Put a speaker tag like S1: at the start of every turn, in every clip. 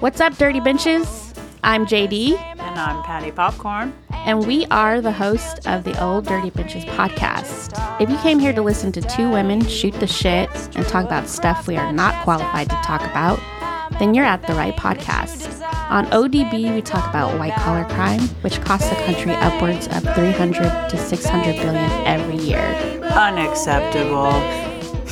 S1: What's up, Dirty Benches? I'm JD,
S2: And I'm Patty Popcorn.
S1: and we are the host of the Old Dirty Benches podcast. If you came here to listen to two women shoot the shit and talk about stuff we are not qualified to talk about, then you're at the right podcast. On ODB, we talk about white collar crime, which costs the country upwards of 300 to 600 billion every year.
S2: Unacceptable.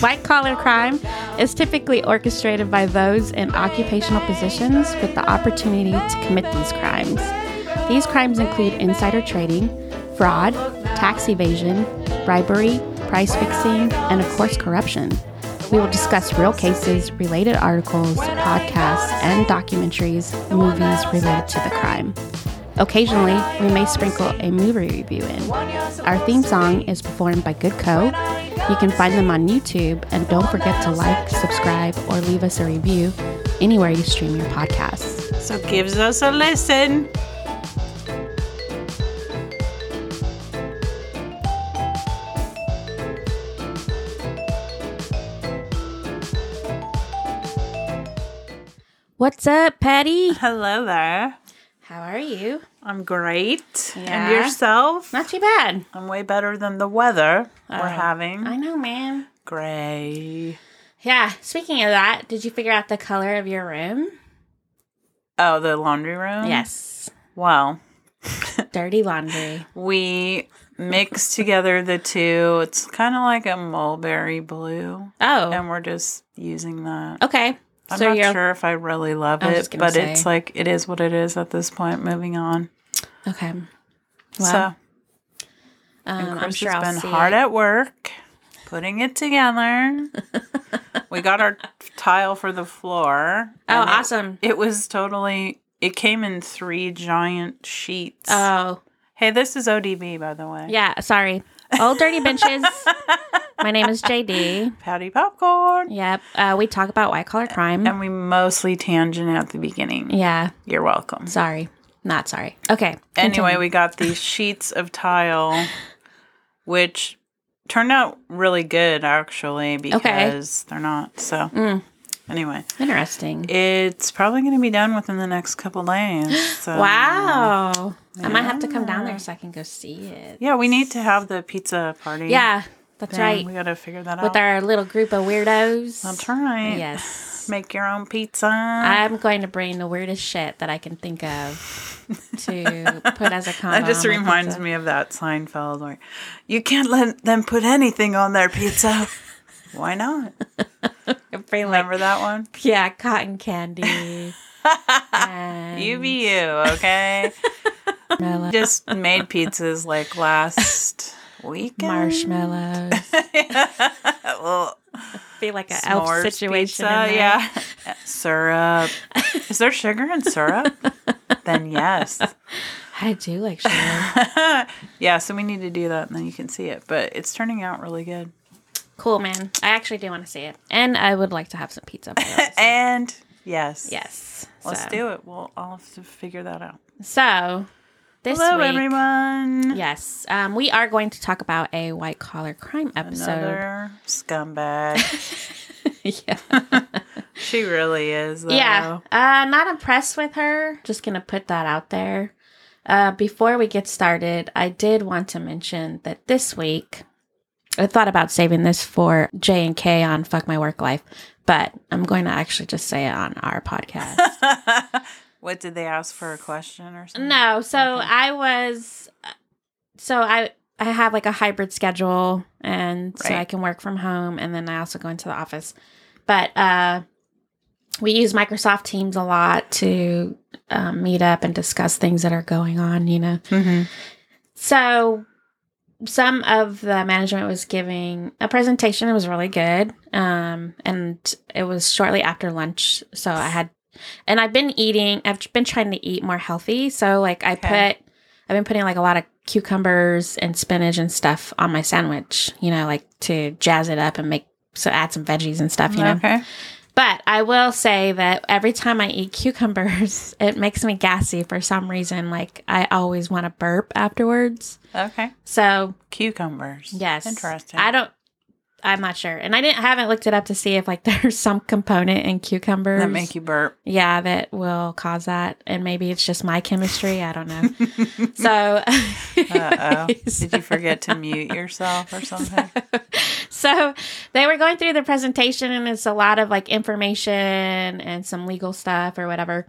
S1: White collar crime is typically orchestrated by those in occupational positions with the opportunity to commit these crimes. These crimes include insider trading, fraud, tax evasion, bribery, price fixing, and of course, corruption. We will discuss real cases, related articles, podcasts, and documentaries, movies related to the crime. Occasionally, we may sprinkle a movie review in. Our theme song is performed by Good Co. You can find them on YouTube, and don't forget to like, subscribe, or leave us a review anywhere you stream your podcasts.
S2: So gives us a listen.
S1: What's up, Patty?
S2: Hello there.
S1: How are you?
S2: I'm great.
S1: Yeah.
S2: And yourself?
S1: Not too bad.
S2: I'm way better than the weather
S1: Oh,
S2: we're having.
S1: I know, man.
S2: Gray.
S1: Yeah, speaking of that, did you figure out the color of your room?
S2: Oh, the laundry room?
S1: Yes.
S2: Wow.
S1: Um, Dirty laundry.
S2: We mixed together the two. It's kind of like a mulberry blue,
S1: Oh,
S2: and we're just using that.
S1: okay.
S2: Um, I'm
S1: Oh, so
S2: not
S1: you're
S2: sure if I really love
S1: I was
S2: it,
S1: just gonna
S2: but
S1: say.
S2: it's like it is what it is at this point. Moving on.
S1: okay.
S2: So.
S1: Wow. um,
S2: Chris
S1: I'm sure
S2: has
S1: I'll
S2: been
S1: see
S2: hard
S1: it.
S2: at work putting it together. we got our tile for the floor.
S1: Oh,
S2: and it-
S1: awesome.
S2: It, was totally. It came in three giant sheets.
S1: Oh,
S2: hey, this is ODB, by the way.
S1: yeah. Sorry. Old dirty benches. My name is JD.
S2: Patty popcorn.
S1: Yep. Uh, we talk about white collar crime.
S2: And we mostly tangent at the beginning.
S1: yeah.
S2: You're welcome.
S1: Sorry. Not sorry. Okay.
S2: Anyway, we got these sheets of tile, which turned out really good actually because they're not. So
S1: Mm.
S2: anyway.
S1: Interesting.
S2: It's probably going to be done within the next couple days. So.
S1: wow. I might have to come down there so I can go see it.
S2: Yeah, we need to have the pizza party.
S1: Yeah. That's
S2: thing.
S1: right.
S2: We got to figure that
S1: With
S2: out.
S1: our little group of weirdos.
S2: That's right.
S1: Yes.
S2: Make your own pizza.
S1: I'm going to bring the weirdest shit that I can think of to put as a comment.
S2: that just reminds me of that Seinfeld where you can't let them put anything on their pizza. Why not?
S1: Bring like,
S2: Remember that one?
S1: yeah, cotton candy. and
S2: You be you, okay? just made pizzas like last weekend.
S1: marshmallows. Feel like an elf
S2: s'mores pizza,
S1: situation. in there.
S2: yeah. syrup. Is there sugar in syrup? then yes.
S1: I do like sugar.
S2: Yeah, so we need to do that and then you can see it. But it's turning out really good.
S1: cool, man. I actually do want to see it, and I would like to have some pizza. for those.
S2: And yes.
S1: yes,
S2: Let's
S1: so.
S2: do it. We'll I'll have to figure that out.
S1: So this
S2: Hello
S1: week,
S2: everyone.
S1: yes, um, we are going to talk about a white collar crime episode.
S2: Another scumbag.
S1: yeah,
S2: she really is though.
S1: yeah. Uh, not impressed with her. Just gonna put that out there. Uh, before we get started, I did want to mention that this week I thought about saving this for J and K on Fuck My Work Life, but I'm going to actually just say it on our podcast.
S2: What did they ask for a question or something?
S1: No, so I was so I I have like a hybrid schedule and so
S2: Right.
S1: I can work from home and then I also go into the office. But uh we use Microsoft Teams a lot to um, meet up and discuss things that are going on, you know.
S2: Mm-hmm.
S1: So some of the management was giving a presentation. It was really good. Um, and it was shortly after lunch. So I had, and I've been eating, I've been trying to eat more healthy. So like I
S2: Okay.
S1: put, I've been putting like a lot of cucumbers and spinach and stuff on my sandwich, you know, like to jazz it up and make, so add some veggies and stuff, you know.
S2: Okay.
S1: But I will say that every time I eat cucumbers, it makes me gassy for some reason. Like I always want to burp afterwards.
S2: Okay.
S1: So
S2: Cucumbers.
S1: yes,
S2: Interesting.
S1: I don't. I'm not sure, and I didn't haven't looked it up to see if like there's some component in cucumbers
S2: that make you burp.
S1: yeah, that will cause that, and maybe it's just my chemistry. I don't know. so,
S2: Uh oh. Did you forget to mute yourself or something?
S1: so they were going through the presentation, and it's a lot of like information and some legal stuff or whatever.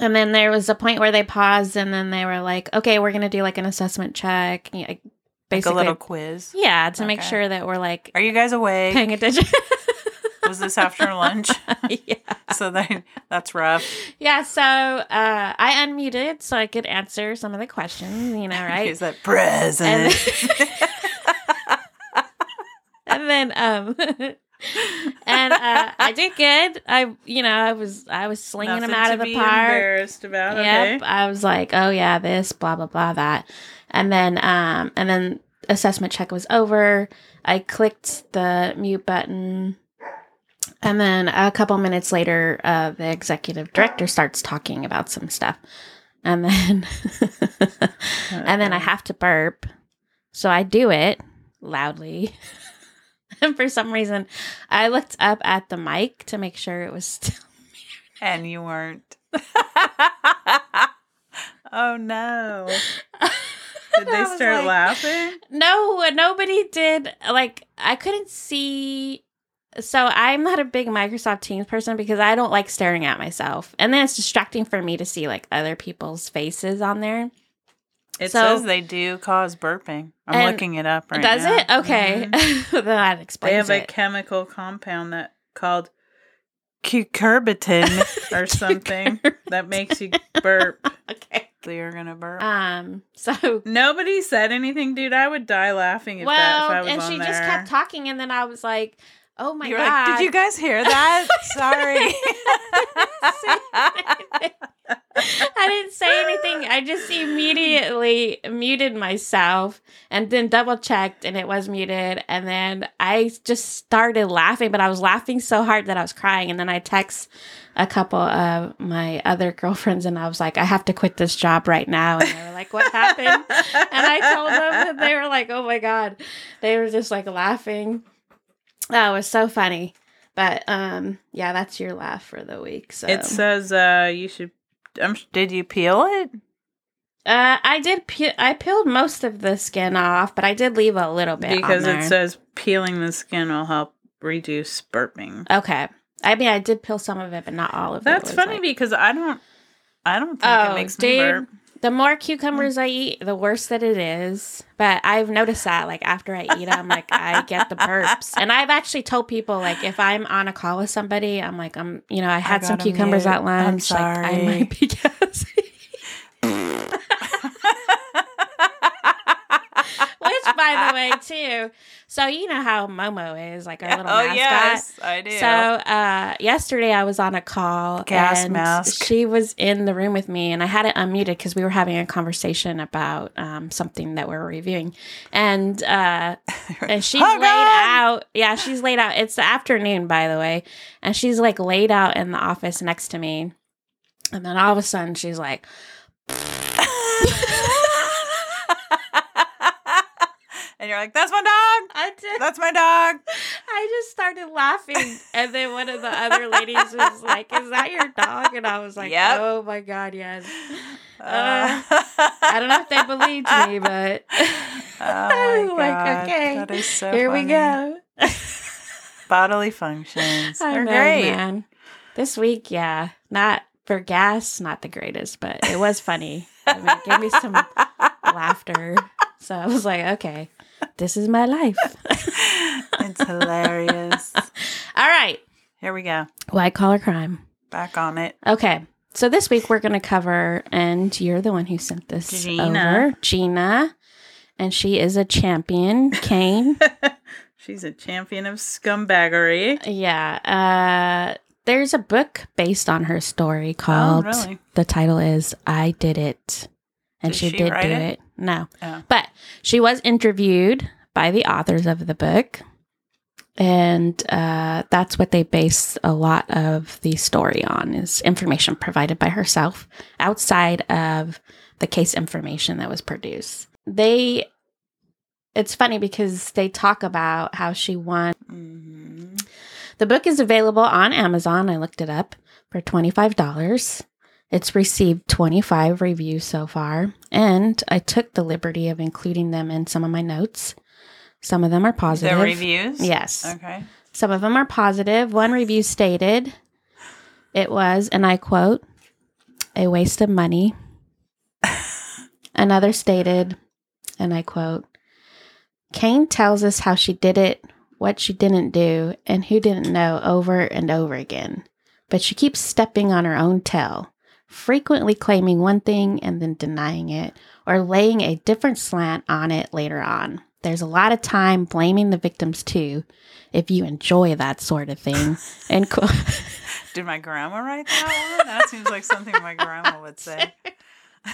S1: And then there was a point where they paused, and then they were like, "Okay, we're gonna do like an assessment check, you know,
S2: Like a
S1: basically,
S2: little quiz.
S1: yeah, to make
S2: Okay.
S1: sure that we're like
S2: Are you guys awake?
S1: paying attention."
S2: Was this after lunch?
S1: yeah.
S2: so they, that's rough.
S1: Yeah, so uh, I unmuted so I could answer some of the questions, you know, right?
S2: Is that
S1: and,
S2: present?
S1: and then um and uh, I did good. I you know, I was I was slinging them out of the park.
S2: Embarrassed about.
S1: Yep. I was like, "Oh yeah, this blah blah blah that." And then um and then assessment check was over. I clicked the mute button. And then a couple minutes later, uh, the executive director starts talking about some stuff. And then and then I have to burp. So I do it loudly. and for some reason, I looked up at the mic to make sure it was still.
S2: and you weren't. oh no! Did
S1: I
S2: they
S1: was
S2: start
S1: like-
S2: laughing?
S1: No, nobody did. Like, I couldn't see. So I'm not a big Microsoft Teams person because I don't like staring at myself. And then it's distracting for me to see like other people's faces on there.
S2: It
S1: So-
S2: says they do cause burping. I'm
S1: And
S2: looking it up right
S1: Does
S2: now.
S1: it? Okay.
S2: Mhm.
S1: then that
S2: They
S1: explains
S2: have a
S1: it.
S2: chemical compound that called cucurbitin or something that makes you burp.
S1: okay.
S2: So you're gonna burp.
S1: Um. So
S2: Nobody said anything, dude. I would die laughing if that if I
S1: well,
S2: was
S1: and
S2: on
S1: she
S2: there.
S1: just kept talking, and then I was like, "Oh my
S2: You're
S1: god!"
S2: like, did you guys hear that? Sorry.
S1: I didn't say anything. I just immediately muted myself and then double checked and it was muted. And then I just started laughing, but I was laughing so hard that I was crying. And then I text a couple of my other girlfriends and I was like, I have to quit this job right now. And they were like, What happened? and I told them that they were like, "Oh my god," they were just like laughing. That was so funny. But um, yeah, that's your laugh for the week. So
S2: It says uh, you should. Um, did you peel it?
S1: uh, I did. Pe- I peeled most of the skin off, but I did leave a little bit
S2: Because
S1: on
S2: it
S1: there.
S2: says peeling the skin will help reduce burping.
S1: okay. I mean, I did peel some of it, but not all of it.
S2: That's
S1: It was,
S2: funny
S1: like-
S2: because I don't. I don't think
S1: Oh,
S2: it makes me
S1: dude.
S2: burp.
S1: the more cucumbers I eat, the worse that it is. But I've noticed that, like after I eat them, like I get the burps. And I've actually told people, like if I'm on a call with somebody, I'm like, I'm, you know, I had
S2: got
S1: some
S2: a
S1: cucumbers
S2: mute.
S1: at lunch.
S2: I'm
S1: Like, I
S2: sorry.
S1: might be gassy. Which, by the way, too. So you know how Momo is, like our little
S2: oh
S1: mascot.
S2: yes, I do.
S1: So uh, yesterday I was on a call.
S2: Gas
S1: and
S2: mask.
S1: She was in the room with me, and I had it unmuted because we were having a conversation about um, something that we were reviewing, and uh, and she's
S2: Hold
S1: laid
S2: on.
S1: out. Yeah, she's laid out. It's the afternoon, by the way, and she's like laid out in the office next to me, and then all of a sudden she's like,
S2: and you're like, "That's my dog.
S1: "I did."
S2: That's my dog."
S1: I just started laughing, and then one of the other ladies was like, "Is that your dog?" And I was like,
S2: Yep.
S1: "Oh my god, yes."
S2: Uh,
S1: I don't know if they believed me, but
S2: Oh
S1: I was
S2: my
S1: like,
S2: God,
S1: okay,
S2: that is so
S1: here we
S2: funny.
S1: go.
S2: Bodily functions
S1: I
S2: are
S1: know,
S2: great.
S1: man. This week, yeah, not for gas, not the greatest, but it was funny. I mean, it gave me some laughter, so I was like, okay, this is my life.
S2: it's hilarious.
S1: All right,
S2: Here we go.
S1: white collar crime.
S2: Back on it.
S1: Okay. So this week we're going to cover, and you're the one who sent this
S2: Gina.
S1: over, Gina, and she is a champion, Kane.
S2: She's a champion of scumbaggery.
S1: yeah. Uh, there's a book based on her story
S2: Oh,
S1: called.
S2: really?
S1: The title is "I Did It," and
S2: Did
S1: she,
S2: she
S1: did
S2: write
S1: do
S2: it?
S1: it. No,
S2: Oh.
S1: but she was interviewed by the authors of the book, and uh, that's what they base a lot of the story on is information provided by herself outside of the case information that was produced. They it's funny because they talk about how she won. Mm-hmm. The book is available on Amazon. I looked it up for $25. It's received 25 reviews so far, and I took the liberty of including them in some of my notes. Some of them are positive.
S2: The reviews?
S1: Yes.
S2: Okay.
S1: Some of them are positive. One review stated it was, and I quote, a waste of money. Another stated, and I quote, Kane tells us how she did it, what she didn't do, and who didn't know over and over again. But she keeps stepping on her own tail, frequently claiming one thing and then denying it, or laying a different slant on it later on. There's a lot of time blaming the victims too, if you enjoy that sort of thing. And co-
S2: did my grandma write that one? That seems like something my grandma would say.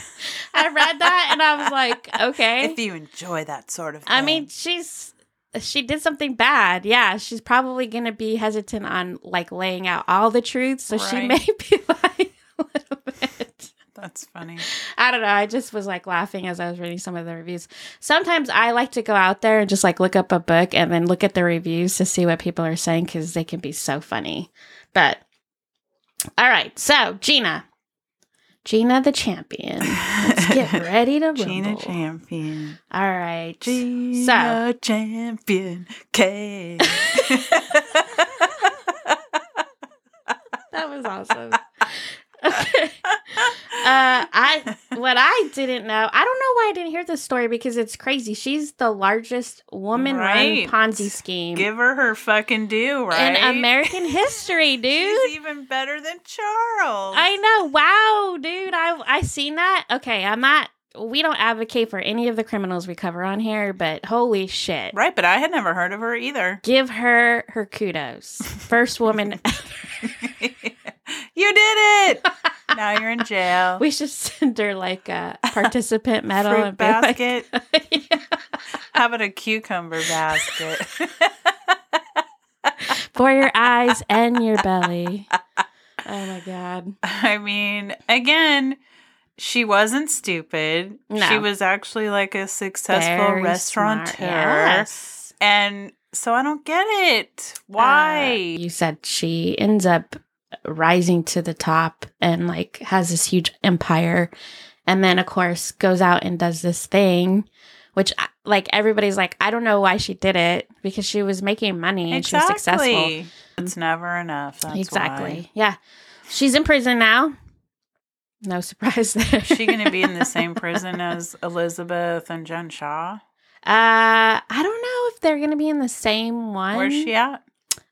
S1: I read that and I was like, okay.
S2: If you enjoy that sort of thing.
S1: I mean, she's she did something bad. Yeah, she's probably going to be hesitant on like laying out all the truth, so right. she may be like a little bit.
S2: That's funny.
S1: I don't know. I just was like laughing as I was reading some of the reviews. Sometimes I like to go out there and just like look up a book and then look at the reviews to see what people are saying cuz they can be so funny. But all right. So, Gina, Gina the champion. Let's get ready to rumble.
S2: Gina champion.
S1: All right.
S2: Gina so. champion. K.
S1: that was awesome. Okay. Uh, I what I didn't know. I don't know why I didn't hear this story because it's crazy. She's the largest woman-run right. Ponzi scheme.
S2: Give her her fucking due, right?
S1: In American history, dude.
S2: She's even better than Charles.
S1: I know. Wow, dude. I I seen that. Okay, I'm not. We don't advocate for any of the criminals we cover on here, but holy shit.
S2: Right, but I had never heard of her either.
S1: Give her her kudos. First woman ever.
S2: you did it. now you're in jail.
S1: We should send her like a participant medal
S2: Fruit and basket. Like, yeah. How about a cucumber basket
S1: for your eyes and your belly? Oh my god!
S2: I mean, again, she wasn't stupid. No. She was actually like a successful Very restaurateur, yes. and. So I don't get it. Why? Uh,
S1: you said she ends up rising to the top and like has this huge empire and then of course goes out and does this thing which like everybody's like i don't know why she did it because she was making money and exactly. she was successful
S2: it's never enough
S1: exactly
S2: why.
S1: yeah she's in prison now no surprise there
S2: is she gonna be in the same prison as elizabeth and jen shaw uh
S1: Uh, i don't know if they're gonna be in the same one
S2: where's she at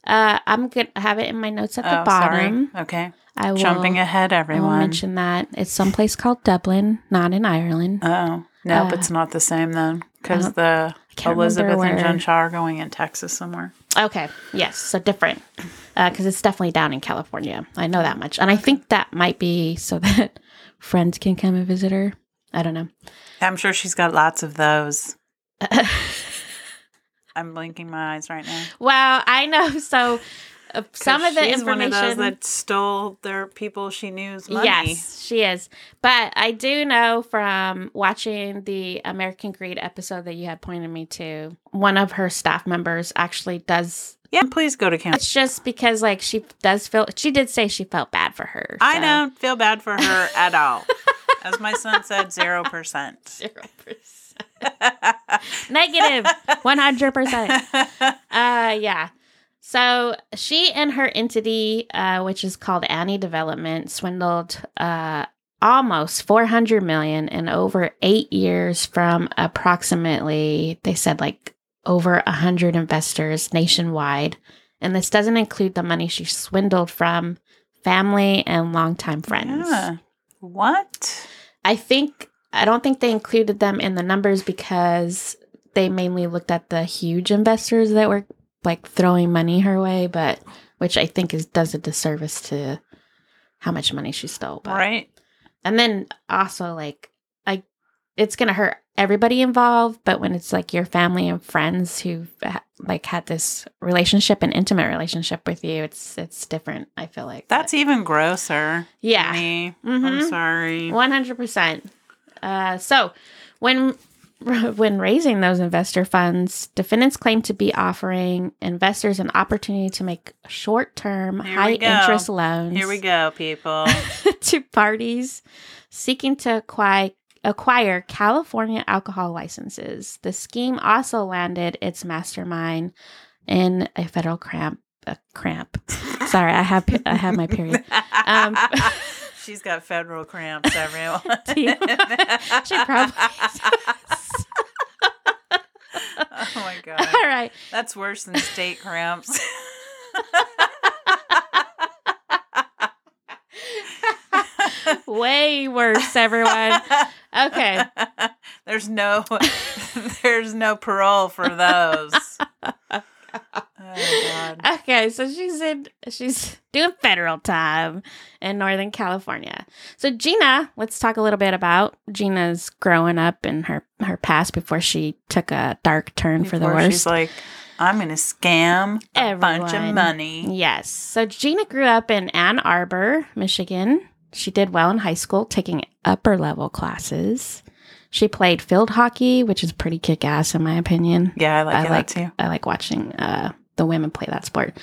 S1: uh, I'm gonna have it in my notes at the oh, bottom.
S2: Sorry. Okay. I will, Jumping ahead, everyone. I
S1: mention that it's someplace called Dublin, not in Ireland.
S2: Oh nope, uh, it's not the same then, because the Elizabeth and John Shaw are going in Texas somewhere.
S1: Okay. Yes. So different, because uh, it's definitely down in California. I know that much, and I think that might be so that friends can come and visit her. I don't know.
S2: I'm sure she's got lots of those. I'm blinking my eyes right now.
S1: Well, I know. So uh, some of the information.
S2: One of those that stole their people she knew's money.
S1: Yes, she is. But I do know from watching the American Greed episode that you had pointed me to, one of her staff members actually does.
S2: Yeah, please go to camp.
S1: It's just because, like, she does feel. She did say she felt bad for her.
S2: I so. don't feel bad for her at all. As my son said, zero percent. Zero percent.
S1: Negative 100%. Uh, yeah. So she and her entity, uh, which is called Annie Development, swindled uh, almost 400 million in over eight years from approximately, they said, like over 100 investors nationwide. And this doesn't include the money she swindled from family and longtime friends. Yeah.
S2: What?
S1: I think I don't think they included them in the numbers because they mainly looked at the huge investors that were like throwing money her way, but which I think is does a disservice to how much money she stole. But.
S2: Right.
S1: And then also like I it's going to hurt everybody involved, but when it's like your family and friends who like had this relationship and intimate relationship with you, it's it's different. I feel like
S2: that's but, even grosser.
S1: Yeah,
S2: mm-hmm. I'm sorry.
S1: One hundred percent. Uh, so when when raising those investor funds, defendants claim to be offering investors an opportunity to make short term,
S2: Here we
S1: high
S2: go.
S1: interest loans
S2: Here we go, people.
S1: to parties seeking to acquire, acquire California alcohol licenses. The scheme also landed its mastermind in a federal cramp. A cramp. Sorry, I have I have my period. Um,
S2: She's got federal cramps, everyone.
S1: Do you- She probably
S2: Oh my
S1: All
S2: god.
S1: right.
S2: That's worse than state cramps.
S1: Way worse, everyone. Okay.
S2: there's no there's no parole for those. Oh god.
S1: Okay, so she's in she's doing federal time in Northern California. So Gina, let's talk a little bit about Gina's growing up and her her past before she took a dark turn for the
S2: Before
S1: worst.
S2: She's like, I'm gonna scam a bunch
S1: Everyone.
S2: of money.
S1: yes. So Gina grew up in Ann Arbor, Michigan. She did well in high school, taking upper level classes. She played field hockey, which is pretty kick ass in my opinion.
S2: Yeah, I like
S1: I
S2: that
S1: like-
S2: too.
S1: I like watching uh, the women play that sport.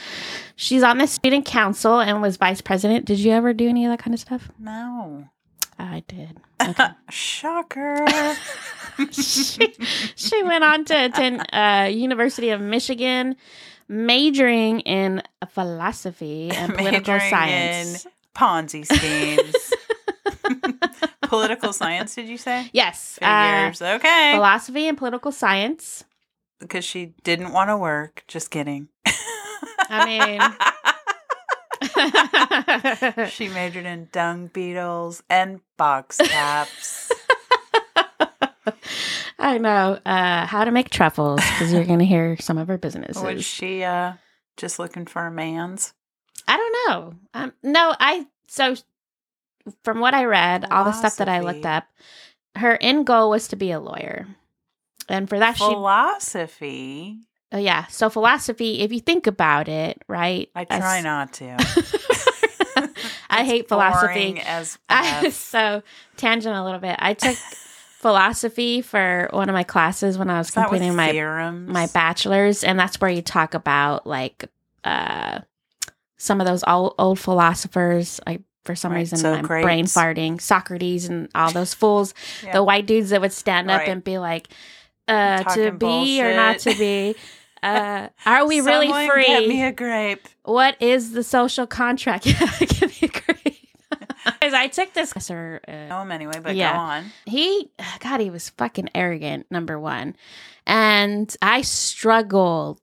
S1: She's on the student council and was vice president. Did you ever do any of that kind of stuff?
S2: No.
S1: I did.
S2: Shocker.
S1: she, she went on to attend uh, University of Michigan, majoring in philosophy and political
S2: Majoring
S1: science.
S2: in Ponzi schemes. Political science, did you say?
S1: yes, uh,
S2: Figures. okay.
S1: philosophy and political science.
S2: Because she didn't want to work. Just kidding.
S1: I mean.
S2: she majored in dung beetles and box caps.
S1: I know uh, how to make truffles because you're going to hear some of her businesses.
S2: Was she uh, just looking for a man's?
S1: I don't know. Um, no, I so from what I read, all the stuff that I looked up, her end goal was to be a lawyer, and for that she,
S2: Philosophy.
S1: oh, yeah. So philosophy, if you think about it, right?
S2: I try
S1: s-
S2: not to.
S1: I
S2: It's
S1: hate philosophy.
S2: boring As
S1: I,
S2: F.
S1: so tangent a little bit. I took philosophy for one of my classes when I was
S2: Is that with
S1: completing my
S2: theorems?
S1: my bachelor's and that's where you talk about like uh some of those old, old philosophers like for some
S2: Right,
S1: reason i'm
S2: Socrates.
S1: brain farting socrates and all those fools
S2: Yeah.
S1: the white dudes that would stand up
S2: Right.
S1: and be like uh to
S2: Talking
S1: be or not to
S2: bullshit.
S1: be uh are we really
S2: Someone
S1: free
S2: Get me a grape.
S1: what is the social contract give me a grade. 'Cause i took this professor, uh,
S2: know him anyway, but
S1: Yeah.
S2: go on.
S1: he god he was fucking arrogant number one and i struggled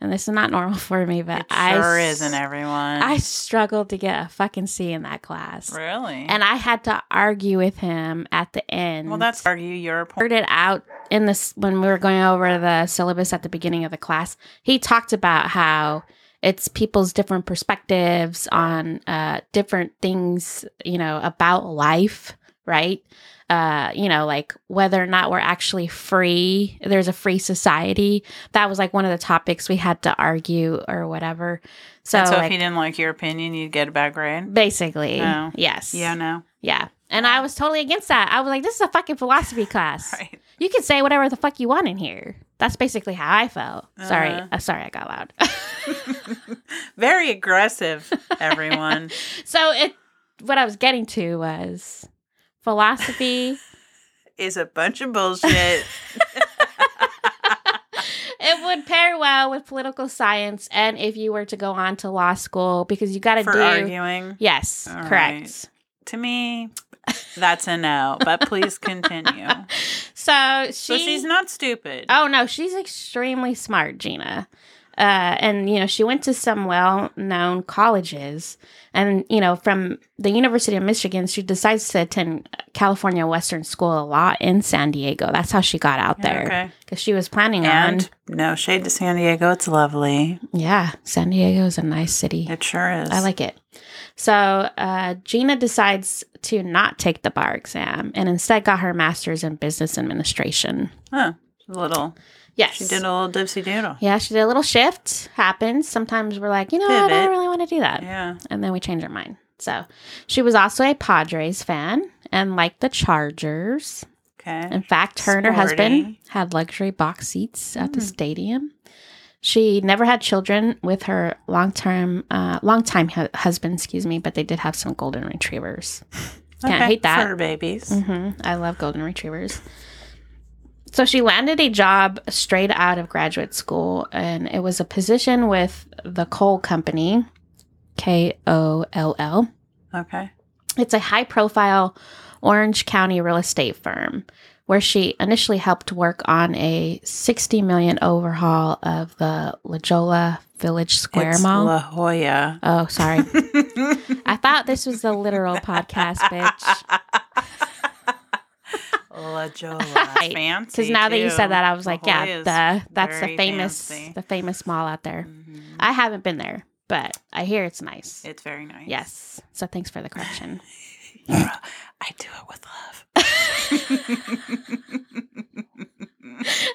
S1: and this is not normal for me but
S2: It
S1: i
S2: sure
S1: s-
S2: isn't everyone.
S1: i struggled to get a fucking c in that class
S2: really.
S1: and i had to argue with him at the end
S2: well, that's argue your point.
S1: heard it out in this when we were going over the syllabus at the beginning of the class. He talked about how it's people's different perspectives on uh, different things, you know, about life, right? Uh, you know, like whether or not we're actually free. There's a free society. That was like one of the topics we had to argue or whatever. So,
S2: and so if
S1: like,
S2: he didn't like your opinion, you'd get a bad grade.
S1: basically,
S2: No.
S1: yes,
S2: Oh. Yeah, no.
S1: yeah. And I was totally against that. I was like, this is a fucking philosophy class
S2: Right.
S1: you can say whatever the fuck you want in here. That's basically how I felt. Sorry,
S2: Uh-huh.
S1: uh, sorry, I got loud.
S2: Very aggressive, everyone.
S1: so it, what I was getting to was philosophy.
S2: is a bunch of bullshit.
S1: it would pair well with political science, and if you were to go on to law school, because you got to
S2: for
S1: do.
S2: arguing.
S1: Yes,
S2: All
S1: correct.
S2: To me, that's a no. But please continue.
S1: So she,
S2: so she's not stupid.
S1: Oh no, she's extremely smart, Gina. Uh, and you know she went to some well-known colleges, and you know from the University of Michigan, she decides to attend California Western School of Law in San Diego. That's how she got out there
S2: Okay.
S1: because she was planning
S2: And no shade to San Diego. It's lovely.
S1: on. Yeah, San Diego is a nice city.
S2: It sure is.
S1: I like it. So uh, Gina decides to not take the bar exam and instead got her master's in business administration.
S2: Huh. A little.
S1: Yes,
S2: She did a little dipsy doodle.
S1: Yeah, she did a little shift. Happens. Sometimes we're like, you know, what, I don't
S2: Pivot.
S1: really want to do that.
S2: Yeah.
S1: And then we change our mind. So she was also a Padres fan and liked the Chargers.
S2: Okay. Okay.
S1: In fact, her and her
S2: Sporty.
S1: husband
S2: Hmm.
S1: had luxury box seats at the stadium. She never had children with her long-term, uh, long-time hu- husband, excuse me, but they did have some golden retrievers. Can't
S2: Okay,
S1: hate that.
S2: for babies.
S1: hmm I love golden retrievers. So she landed a job straight out of graduate school, and it was a position with the coal company, K O L L.
S2: Okay.
S1: It's a high profile Orange County real estate firm where she initially helped work on a 60 million overhaul of the La Jolla Village Square
S2: it's
S1: Mall.
S2: La Jolla.
S1: oh, sorry. I thought this was the literal podcast, bitch.
S2: La Jolla.
S1: Right.
S2: Fancy.
S1: Because now that you said
S2: too.
S1: that, I was
S2: La
S1: like,
S2: Jolla
S1: yeah,
S2: is
S1: the, that's the
S2: very
S1: famous
S2: fancy.
S1: the famous mall out there.
S2: Mhm.
S1: I haven't been there, but I hear it's nice.
S2: It's very nice.
S1: yes. So thanks for the correction.
S2: You're a- I do it with love.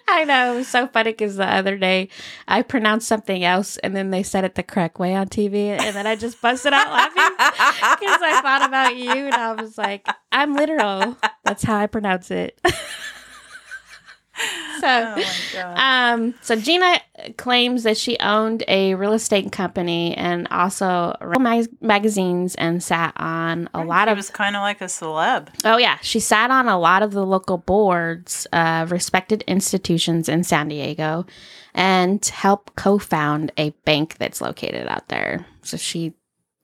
S1: I know. It was so funny because the other day I pronounced something else and then they said it the correct way on TV. And then I just busted out laughing because I thought about you and I was like, I'm literal. That's how I pronounce it.
S2: Oh
S1: so.
S2: my God.
S1: Um, so Gina claims that she owned a real estate company and also ran mag- magazines and sat on a lot
S2: she
S1: of
S2: was kind of like a celeb.
S1: Oh, yeah. She sat on a lot of the local boards of respected institutions in San Diego and helped co found a bank that's located out there. So she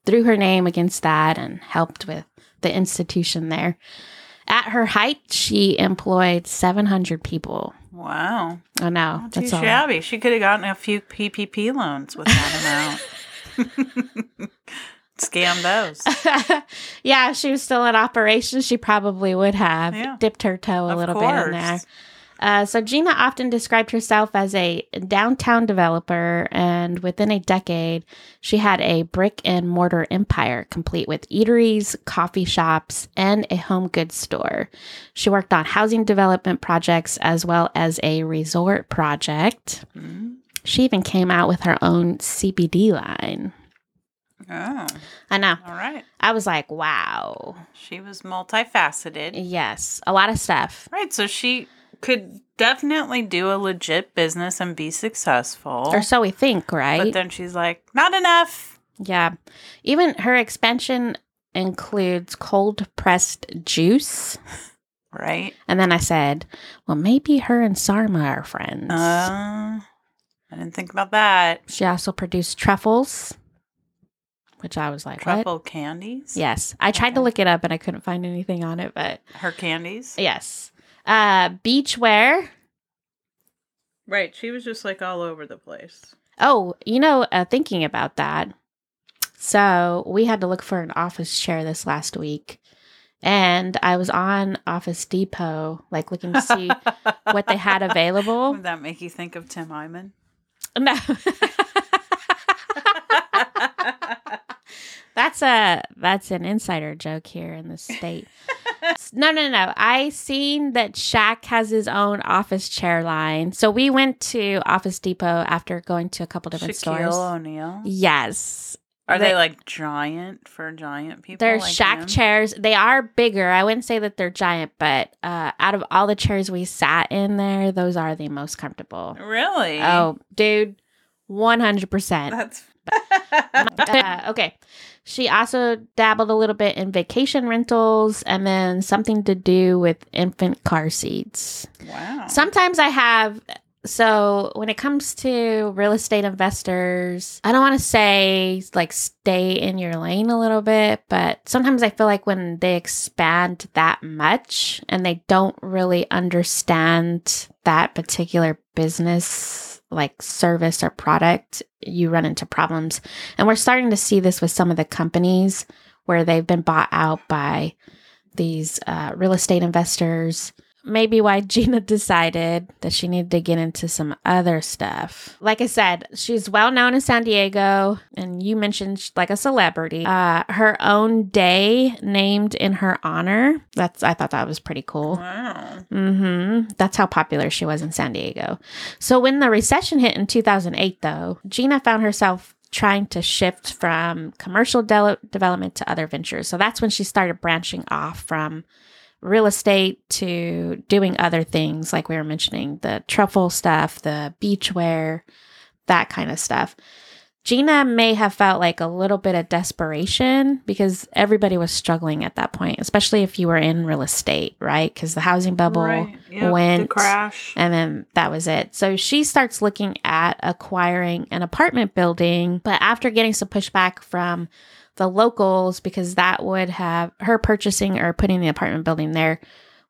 S1: threw her name against that and helped with the institution there. At her height, she employed 700 people.
S2: Wow,
S1: Oh, no.
S2: too
S1: That's all.
S2: shabby. She could have gotten a few PPP loans with that amount. Scam those.
S1: yeah, if she was still in operation. She probably would have
S2: Yeah.
S1: dipped her toe a
S2: Of
S1: little bit in
S2: course.
S1: there. Uh, so Gina often described herself as a downtown developer, and within a decade, she had a brick and mortar empire complete with eateries, coffee shops, and a home goods store. She worked on housing development projects as well as a resort project.
S2: Mm.
S1: She even came out with her own CBD line.
S2: Oh,
S1: I know.
S2: all right.
S1: I was like, wow.
S2: She was multifaceted.
S1: Yes, a lot of stuff.
S2: Right, so she could definitely do a legit business and be successful.
S1: Or so we think, right?
S2: But then she's like, not enough.
S1: Yeah. Even her expansion includes cold pressed juice.
S2: Right?
S1: And then I said, well, maybe her and Sarma are friends.
S2: Uh, I didn't think about that.
S1: she also produced truffles, which I was like, what?
S2: Truffle candies?
S1: Yes. I tried to
S2: Okay.
S1: look it up and I couldn't find anything on it, but
S2: Her candies?
S1: yes. Uh, beachwear.
S2: Right. She was just like all over the place.
S1: Oh, you know, uh, thinking about that. So we had to look for an office chair this last week. And I was on Office Depot, like looking to see what they had available.
S2: Would that make you think of Tim Hyman?
S1: No. that's a that's an insider joke here in the state. no, no, no. I seen that Shaq has his own office chair line. So we went to Office Depot after going to a couple different stores.
S2: Shaquille O'Neal.
S1: Yes.
S2: Are they,
S1: They-
S2: like giant for giant people?
S1: They're
S2: like
S1: shack
S2: him?
S1: chairs. They are bigger. I wouldn't say that they're giant, but uh, out of all the chairs we sat in there, those are the most comfortable.
S2: Really?
S1: Oh, dude, 100%.
S2: that's
S1: Uh, okay. She also dabbled a little bit in vacation rentals and then something to do with infant car seats.
S2: wow.
S1: Sometimes I have. So when it comes to real estate investors, I don't want to say like stay in your lane a little bit, but sometimes I feel like when they expand that much and they don't really understand that particular business like service or product, you run into problems. And we're starting to see this with some of the companies where they've been bought out by these uh, real estate investors maybe why Gina decided that she needed to get into some other stuff. Like I said, she's well known in San Diego, and you mentioned she's like a celebrity. Uh, her own day named in her honor. That's I thought that was pretty cool.
S2: Wow.
S1: hmm That's how popular she was in San Diego. So when the recession hit in 2008, though, Gina found herself trying to shift from commercial de- development to other ventures. So that's when she started branching off from real estate to doing other things, like we were mentioning the truffle stuff, the beachwear, that kind of stuff. Gina may have felt like a little bit of desperation because everybody was struggling at that point, especially if you were in real estate, right? Because the housing bubble
S2: Right. Yep, the
S1: went
S2: crash.
S1: and then that was it. So she starts looking at acquiring an apartment building, but after getting some pushback from the locals, because that would have her purchasing or putting the apartment building there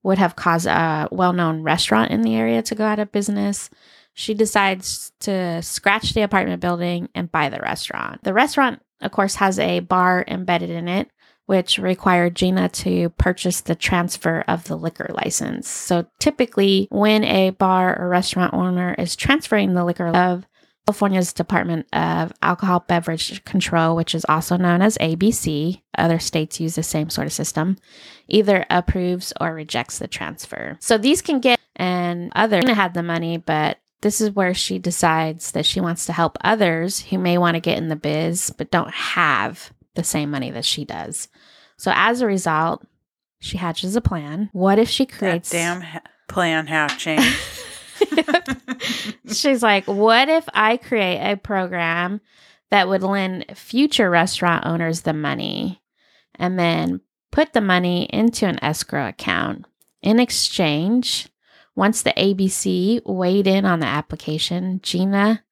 S1: would have caused a well known restaurant in the area to go out of business. She decides to scratch the apartment building and buy the restaurant. The restaurant, of course, has a bar embedded in it, which required Gina to purchase the transfer of the liquor license. So typically, when a bar or restaurant owner is transferring the liquor of California's Department of Alcohol Beverage Control, which is also known as ABC, other states use the same sort of system, either approves or rejects the transfer. So these can get, and other Gina had the money, but this is where she decides that she wants to help others who may want to get in the biz but don't have the same money that she does. So as a result, she hatches a plan. What if she
S2: That
S1: creates
S2: damn ha- plan hatching.
S1: She's like, what if I create a program that would lend future restaurant owners the money and then put the money into an escrow account? In exchange, once the ABC weighed in on the application, Gina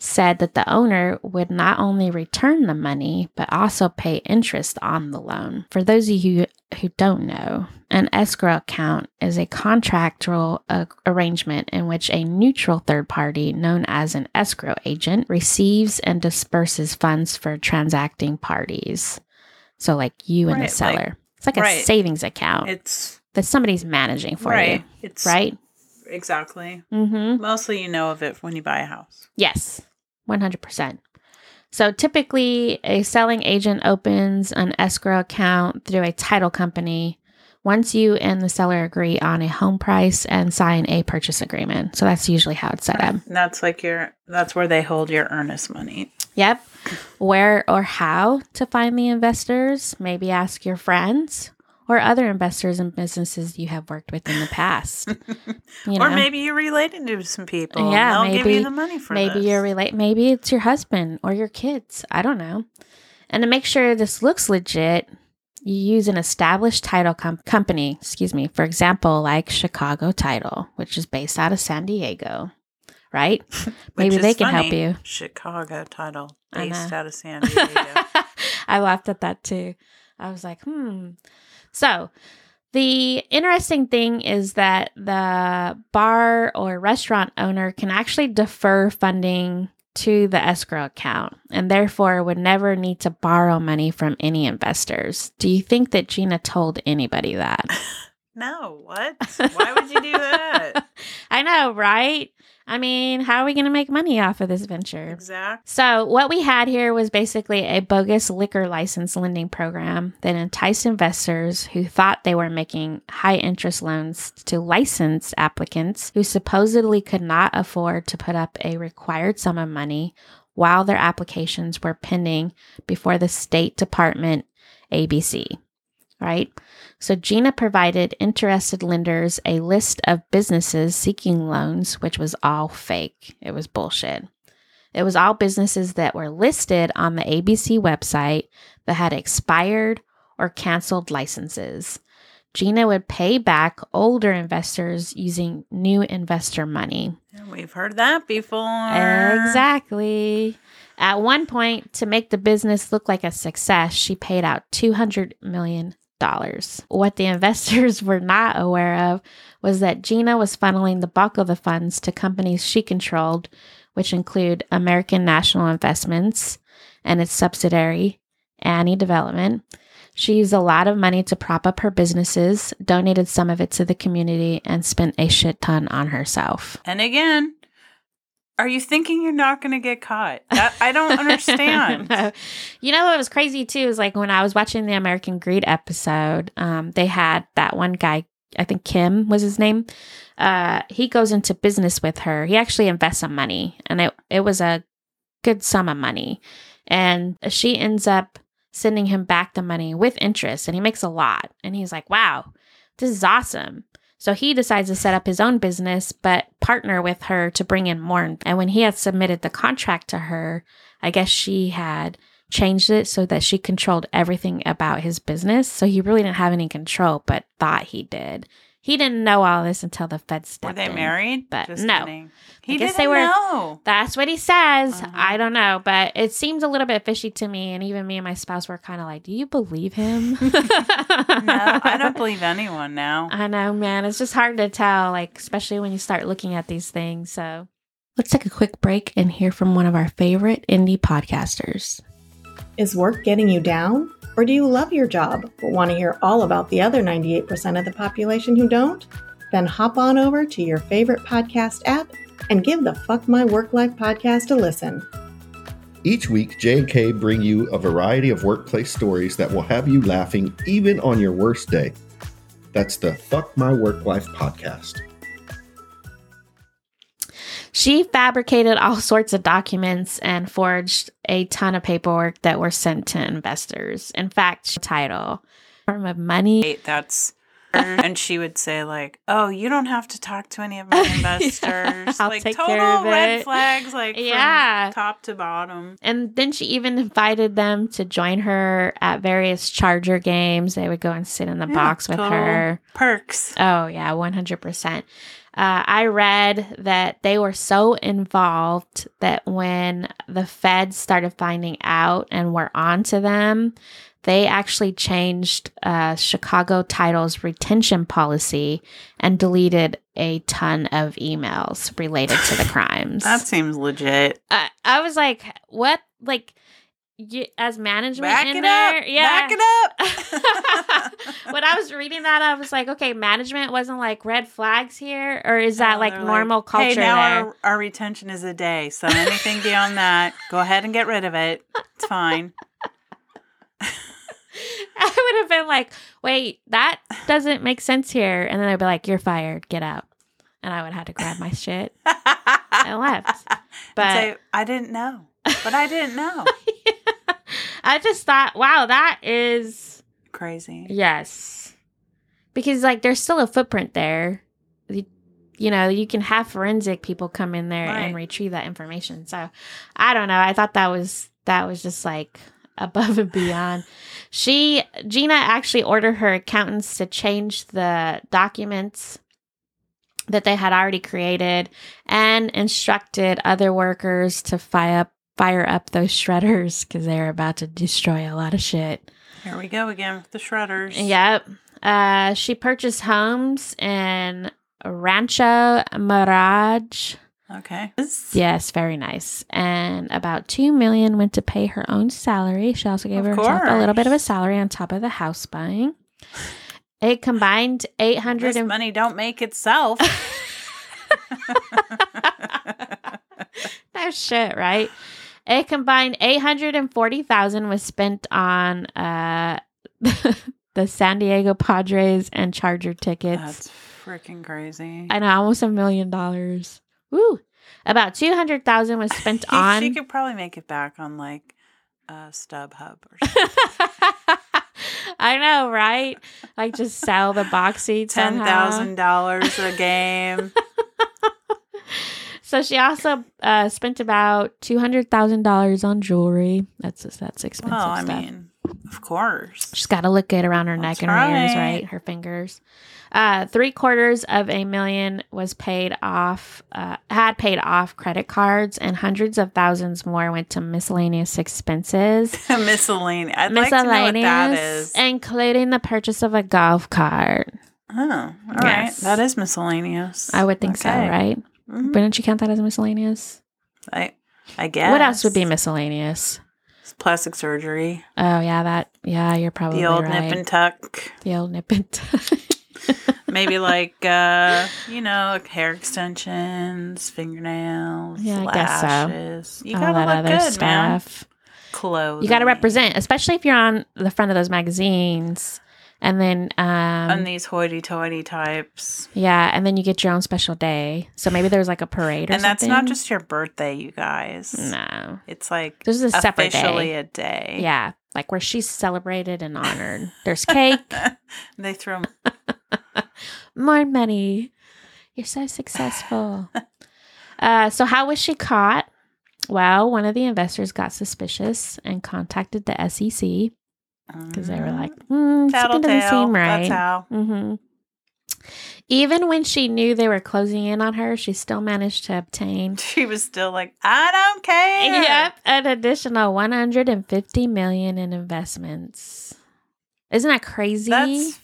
S1: said that the owner would not only return the money, but also pay interest on the loan. For those of you who don't know, an escrow account is a contractual uh, arrangement in which a neutral third party, known as an escrow agent, receives and disperses funds for transacting parties. So, like you and
S2: Right,
S1: the
S2: like-
S1: seller. it's like a
S2: right.
S1: savings account
S2: it's
S1: that somebody's managing for
S2: right.
S1: you,
S2: It's
S1: right?
S2: Exactly.
S1: Mm-hmm.
S2: Mostly you know of it when you buy a house.
S1: Yes, 100%. So typically, a selling agent opens an escrow account through a title company once you and the seller agree on a home price and sign a purchase agreement. So that's usually how it's set up.
S2: And that's like your that's where they hold your earnest money.
S1: Yep. Where or how to find the investors, maybe ask your friends or other investors and businesses you have worked with in the past. You
S2: or
S1: know?
S2: maybe you're related to some people. and
S1: Yeah,
S2: they'll give
S1: maybe-
S2: you the money for
S1: maybe
S2: this.
S1: you're relate maybe it's your husband or your kids i don't know and to make sure this looks legit you use an established title com- company excuse me for example like chicago title which is based out of san diego right
S2: Which
S1: maybe
S2: is
S1: they can help
S2: funny.
S1: you.
S2: Chicago title
S1: I
S2: based
S1: know.
S2: out of San Diego.
S1: i laughed at that too i was like hmm so the interesting thing is that the bar or restaurant owner can actually defer funding to the escrow account and therefore would never need to borrow money from any investors. Do you think that Gina told anybody that?
S2: no, what? Why would you do that?
S1: I know, right? I mean, how are we going to make money off of this venture?
S2: exactly.
S1: So, what we had here was basically a bogus liquor license lending program that enticed investors who thought they were making high interest loans to licensed applicants who supposedly could not afford to put up a required sum of money while their applications were pending before the State Department ABC. Right? So Gina provided interested lenders a list of businesses seeking loans, which was all fake. It was bullshit. It was all businesses that were listed on the ABC website that had expired or canceled licenses. Gina would pay back older investors using new investor money.
S2: We've heard that before.
S1: Exactly. At one point, to make the business look like a success, she paid out $200 million. What the investors were not aware of was that Gina was funneling the bulk of the funds to companies she controlled, which include American National Investments and its subsidiary, Annie Development. She used a lot of money to prop up her businesses, donated some of it to the community, and spent a shit ton on herself.
S2: And again, are you thinking you're not going to get caught? That, I don't understand.
S1: No. You know what was crazy too is like when I was watching the American Greed episode, um, they had that one guy, I think Kim was his name. Uh, he goes into business with her. He actually invests some money, and it it was a good sum of money, and she ends up sending him back the money with interest, and he makes a lot, and he's like, wow. This is awesome. So he decides to set up his own business, but partner with her to bring in more. And when he had submitted the contract to her, I guess she had changed it so that she controlled everything about his business. So he really didn't have any control, but thought he did. He didn't know all this until the feds
S2: Were
S1: stepped
S2: they
S1: in.
S2: married?
S1: but
S2: Just
S1: no.
S2: kidding. He
S1: guess
S2: didn't
S1: they were-
S2: know.
S1: That's what he says.
S2: Uh-huh.
S1: I don't know, but it seems a little bit fishy to me. And even me and my spouse were kind of like, "Do you believe him?" no,
S2: No, I don't believe anyone now.
S1: I know, man. It's just hard to tell, like, especially when you start looking at these things. So let's take a quick break and hear from one of our favorite indie podcasters.
S3: Is work getting you down? Or do you love your job but want to hear all about the other 98% of the population who don't? Then hop on over to your favorite podcast app and give the Fuck My Work Life podcast a listen.
S4: Each week, J&K bring you a variety of workplace stories that will have you laughing even on your worst day. That's the Fuck My Work Life podcast.
S1: She fabricated all sorts of documents and forged a ton of paperwork that were sent to investors. In fact, she- title form of money.
S2: Wait, That's and she would say like, "Oh, you don't have to talk to any of my investors."
S1: I'll
S2: like
S1: take
S2: total
S1: care of
S2: red
S1: it.
S2: flags, like
S1: Yeah.
S2: from top to bottom.
S1: And then she even invited them to join her at various Charger games. They would go and sit in the
S2: Yeah,
S1: box with
S2: total
S1: her.
S2: Perks.
S1: Oh, yeah, 100%. Uh, I read that they were so involved that when the feds started finding out and were on to them, they actually changed uh, Chicago Title's retention policy and deleted a ton of emails related to the crimes.
S2: That seems legit.
S1: I, I was like, what? Like, you, as management
S2: Back
S1: in
S2: it
S1: there?
S2: up. Back it up.
S1: when I was reading that, I was like, okay, management wasn't like red flags here, or is that
S2: Oh,
S1: like
S2: they're
S1: normal culture
S2: Hey, now
S1: there?
S2: Our, our retention is a day, so anything beyond that, go ahead and get rid of it. It's fine.
S1: I would have been like, wait, that doesn't make sense here, and then I'd be like, you're fired, get out, and I would have to grab my shit
S2: I
S1: and left. But
S2: I didn't know, but I didn't know.
S1: I just thought, wow, that is
S2: Crazy.
S1: yes, because like there's still a footprint there. You, you know, you can have forensic people come in there and
S2: Right.
S1: retrieve that information. So I don't know. I thought that was that was just like above and beyond. She Gina actually ordered her accountants to change the documents that they had already created and instructed other workers to fire up fire up those shredders because they're about to destroy a lot of shit.
S2: Here we go again with the shredders.
S1: Yep. Uh, she purchased homes in Rancho Mirage.
S2: Okay.
S1: Yes, very nice. And about two million went to pay her own salary. She also gave
S2: Of
S1: herself a little bit of a
S2: course.
S1: salary on top of the house buying. A combined eight hundred
S2: This
S1: and
S2: money don't make itself.
S1: no Oh, shit, right? A combined eight hundred and forty thousand was spent on uh, the San Diego Padres and Charger tickets.
S2: That's freaking crazy.
S1: I know, almost a million dollars. Woo! About two hundred thousand was spent on.
S2: she could probably make it back on like uh, StubHub or something.
S1: I know, right? Like just sell the box seats.
S2: ten
S1: somehow.
S2: thousand dollars a game.
S1: So she also uh, spent about two hundred thousand dollars on jewelry. That's that's expensive.
S2: well, I
S1: stuff.
S2: mean, of course.
S1: She's got to look good around her neck
S2: That's
S1: and her ears,
S2: right.
S1: right? Her fingers. Uh, three quarters of a million was paid off, uh, had paid off credit cards, and hundreds of thousands more went to miscellaneous expenses.
S2: Miscellaneous. I'd like to know what that
S1: Miscellaneous,
S2: is.
S1: including the purchase of a golf cart.
S2: oh, all right.
S1: Yes.
S2: That is miscellaneous.
S1: I would think so,
S2: Okay.
S1: right?
S2: Mhm.
S1: Wouldn't you count that as miscellaneous?
S2: I, I guess.
S1: What else would be miscellaneous?
S2: plastic surgery?
S1: Oh yeah, that yeah, you're probably
S2: the old
S1: Oh, right.
S2: nip and tuck.
S1: the old nip and tuck.
S2: Maybe like uh, you know, like hair extensions, fingernails,
S1: Yeah, I guess so.
S2: lashes. You
S1: all
S2: gotta
S1: that
S2: look
S1: other
S2: good, man.
S1: stuff.
S2: Clothes.
S1: You got to represent, especially if you're on the front of those magazines, and then um,
S2: on these hoity-toity types.
S1: yeah, and then you get your own special day. So maybe there's like a parade or
S2: and that's
S1: something.
S2: not just your birthday, you guys.
S1: no.
S2: It's like
S1: This is a separate
S2: officially
S1: day.
S2: a day.
S1: Yeah, like where she's celebrated and honored. There's cake.
S2: they throw
S1: more money. You're so successful. uh, so, how was she caught? Well, one of the investors got suspicious and contacted the SEC because they were like, mm,
S2: Mm-hmm.
S1: something doesn't
S2: Tattletale.
S1: seem
S2: That's
S1: right.
S2: how.
S1: hmm Even when she knew they were closing in on her, she still managed to obtain
S2: She was still like, I don't care.
S1: Yep, an additional 150 million in investments. Isn't that crazy?
S2: That's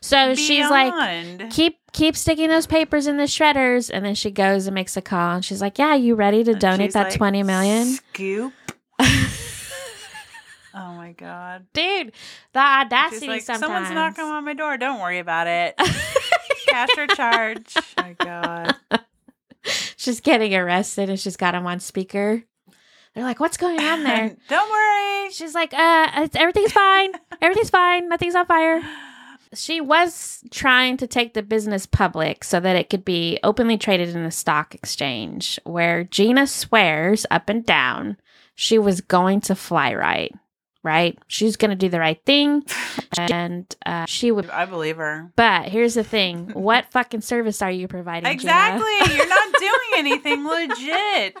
S1: so she's like,
S2: beyond.
S1: keep keep sticking those papers in the shredders, and then she goes and makes a call, and she's like, yeah, you ready to
S2: And
S1: donate
S2: she's
S1: that
S2: like,
S1: 20 million?
S2: Scoop. Oh my god.
S1: Dude, the
S2: She's
S1: audacity
S2: like,
S1: sometimes.
S2: someone's knocking on my door. Don't worry about it. Cash or charge. my god.
S1: she's getting arrested, and she's got him on speaker. They're like, what's going on there?
S2: don't worry.
S1: she's like, uh, it's, everything's fine. Everything's fine. Nothing's on fire. She was trying to take the business public so that it could be openly traded in a stock exchange, where Gina swears up and down she was going to fly right, right? She's going to do the right thing. And uh, she would.
S2: I believe her.
S1: But here's the thing what fucking service are you providing?
S2: Exactly. You're not doing anything legit.
S1: Gina?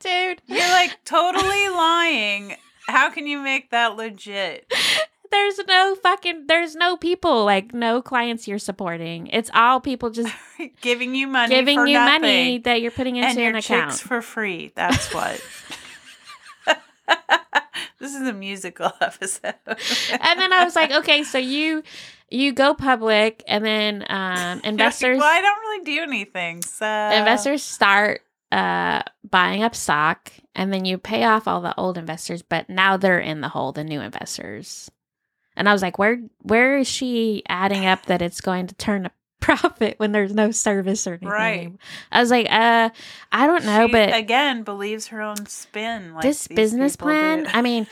S1: Dude,
S2: You're like totally lying. How can you make that legit?
S1: there's no fucking, there's no people, like, no clients you're supporting. It's all people just
S2: Giving you money
S1: giving
S2: for
S1: you
S2: nothing.
S1: money that you're putting into
S2: and your
S1: an account.
S2: chicks for free. That's what. this is a musical episode.
S1: and then I was like, okay, so you you go public, and then um, investors
S2: well, I don't really do anything. So
S1: investors start uh, buying up stock, and then you pay off all the old investors, but now they're in the hole, the new investors. And I was like, where where is she adding up that it's going to turn a profit when there's no service or anything?
S2: Right.
S1: I was like, uh, I don't know,
S2: She,
S1: but
S2: again believes her own spin. Like
S1: this
S2: these
S1: business
S2: people
S1: plan.
S2: do.
S1: I mean,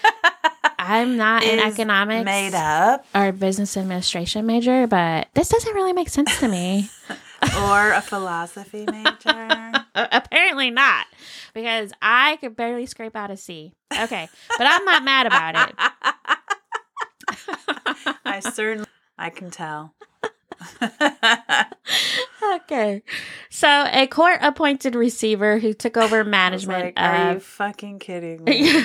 S1: I'm not in
S2: Is
S1: economics.
S2: made up
S1: or business administration major, but this doesn't really make sense to me.
S2: or a philosophy major.
S1: Uh, Apparently not, because I could barely scrape out a C. Okay, but I'm not mad about it.
S2: I certainly, I can tell.
S1: Okay. So, a court appointed receiver who took over management
S2: Management, like, are you
S1: of,
S2: fucking kidding me?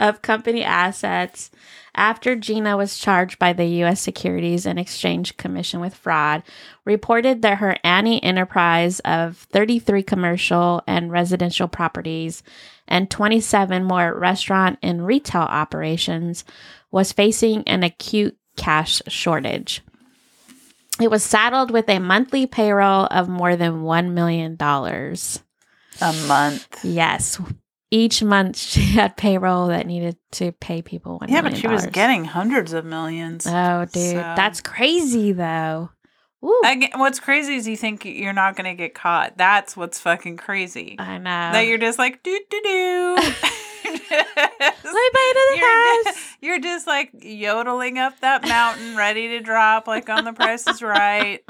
S1: of company assets after Gina was charged by the U.S. Securities and Exchange Commission with fraud reported that her Annie enterprise of 33 commercial and residential properties and 27 more restaurant and retail operations was facing an acute cash shortage. It was saddled with a monthly payroll of more than $1 million.
S2: A month.
S1: Yes. Each month she had payroll that needed to pay people one
S2: Yeah, but she was
S1: $1 million.
S2: getting hundreds of millions.
S1: Oh, dude,
S2: So-
S1: that's crazy though. Ooh, I,
S2: Again, what's crazy is you think you're not going to get caught. That's what's fucking crazy.
S1: know.
S2: that you're just like do do do.
S1: Let me pay to the
S2: You're
S1: house.
S2: just, you're just like yodeling up that mountain, ready to drop, like on The Price is Right.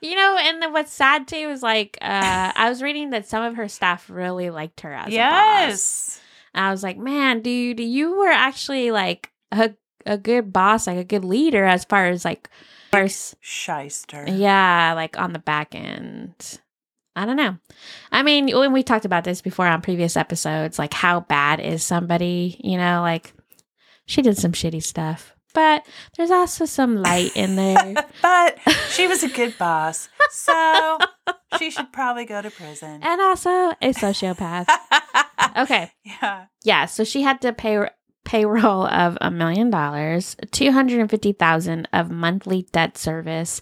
S1: You know, and then what's sad too is like uh, I was reading that some of her staff really liked her as a boss.
S2: yes,
S1: And I was like, man, dude, you were actually like a a good boss, like a good leader as far as like first
S2: shyster.
S1: Yeah, like on the back end. I don't know. I mean, when we talked about this before on previous episodes, like how bad is somebody, you know, like she did some shitty stuff, but there's also some light in there.
S2: But she was a good boss, so she should probably go to prison.
S1: and also a sociopath. Okay.
S2: yeah,
S1: Yeah, so she had to pay payroll of a million dollars, 250,000 of monthly debt service,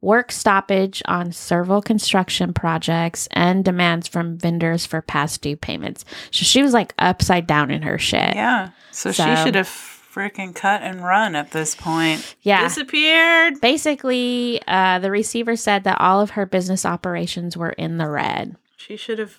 S1: work stoppage on several construction projects and demands from vendors for past due payments. So she was like upside down in her shit.
S2: yeah. So,
S1: So-
S2: she should have freaking cut and run at this point.
S1: Yeah.
S2: Disappeared.
S1: Basically, uh, the receiver said that all of her business operations were in the red.
S2: She should have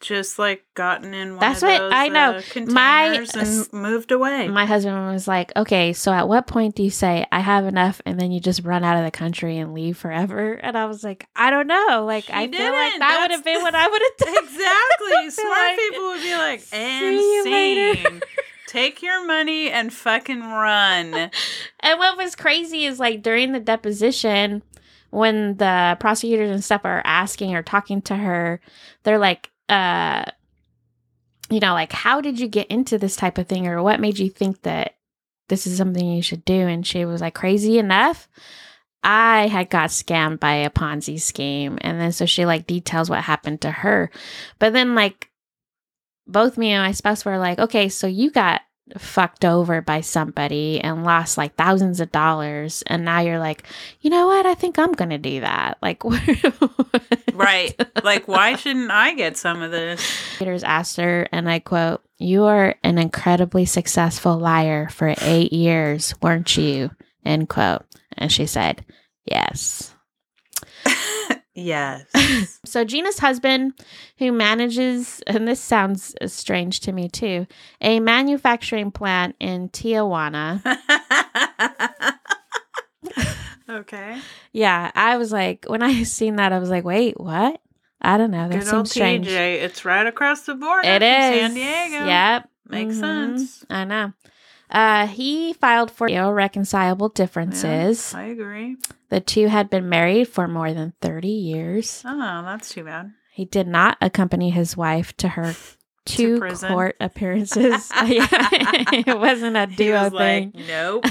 S2: just like gotten in one
S1: That's
S2: of
S1: what
S2: those,
S1: I know.
S2: uh,
S1: My-
S2: containers and moved away.
S1: My husband was like, okay, so at what point do you say, I have enough, and then you just run out of the country and leave forever? And I was like, I don't know. Like,
S2: She
S1: I feel like
S2: didn't.
S1: that would
S2: That's
S1: have been what I would have done.
S2: exactly.
S1: feel
S2: Smart
S1: like-
S2: people would be like, and
S1: See you later."
S2: scene. Take your money and fucking run.
S1: And what was crazy is like during the deposition, when the prosecutors and stuff are asking or talking to her, they're like, uh, you know, like, how did you get into this type of thing or what made you think that this is something you should do? And she was like, crazy enough. I had got scammed by a Ponzi scheme. And then so she like details what happened to her. But then like both me and my spouse were like, okay, so you got fucked over by somebody and lost like thousands of dollars and now you're like you know what i think i'm gonna do that like
S2: right like why shouldn't i get some of this
S1: Peters asked her and i quote you are an incredibly successful liar for eight years weren't you end quote and she said yes
S2: Yes.
S1: so Gina's husband, who manages, and this sounds strange to me too, a manufacturing plant in Tijuana.
S2: okay.
S1: Yeah, I was like, when I seen that, I was like, wait, what? I don't know. That
S2: Good old
S1: seems strange.
S2: TJ. It's right across the border.
S1: It
S2: from
S1: is
S2: San Diego.
S1: Yep,
S2: Makes
S1: Mhm.
S2: sense.
S1: I know. Uh, he filed for irreconcilable differences.
S2: Yeah, I agree.
S1: The two had been married for more than thirty years.
S2: Oh, that's too bad.
S1: He did not accompany his wife to her two
S2: prison.
S1: court appearances. it wasn't a
S2: He
S1: duo
S2: was
S1: thing.
S2: like, nope.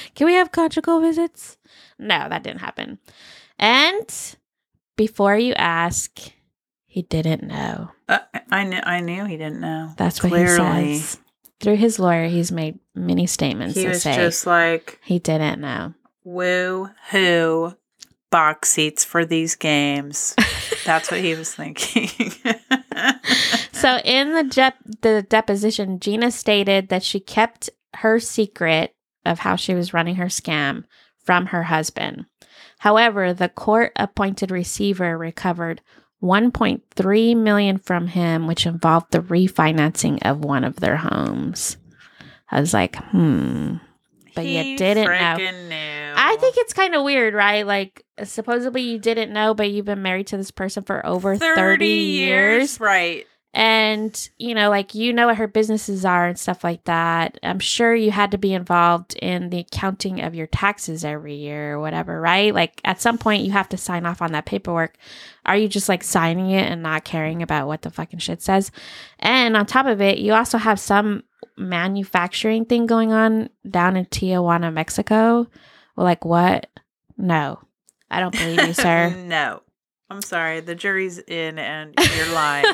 S1: Can we have conjugal visits? No, that didn't happen. And before you ask, he didn't know.
S2: Uh, I knew. I knew he didn't know.
S1: That's what
S2: Clearly.
S1: he says. Through his lawyer, he's made many statements
S2: He
S1: that
S2: was
S1: say
S2: just like,
S1: he didn't know.
S2: woo hoo, box seats for these games. That's what he was thinking.
S1: so in the jep- the deposition, Gina stated that she kept her secret of how she was running her scam from her husband. However, the court-appointed receiver recovered 1.3 million from him, which involved the refinancing of one of their homes. I was like, hmm. But you
S2: He
S1: didn't know.
S2: freaking Knew.
S1: I think it's kind of weird, right? Like supposedly you didn't know, but you've been married to this person for over 30, years
S2: Right.
S1: and you know like you know what her businesses are and stuff like that i'm sure you had to be involved in the accounting of your taxes every year or whatever right like at some point you have to sign off on that paperwork are you just like signing it and not caring about what the fucking shit says and on top of it you also have some manufacturing thing going on down in tijuana mexico like what no i don't believe you sir
S2: no. I'm sorry. The jury's in and you're lying.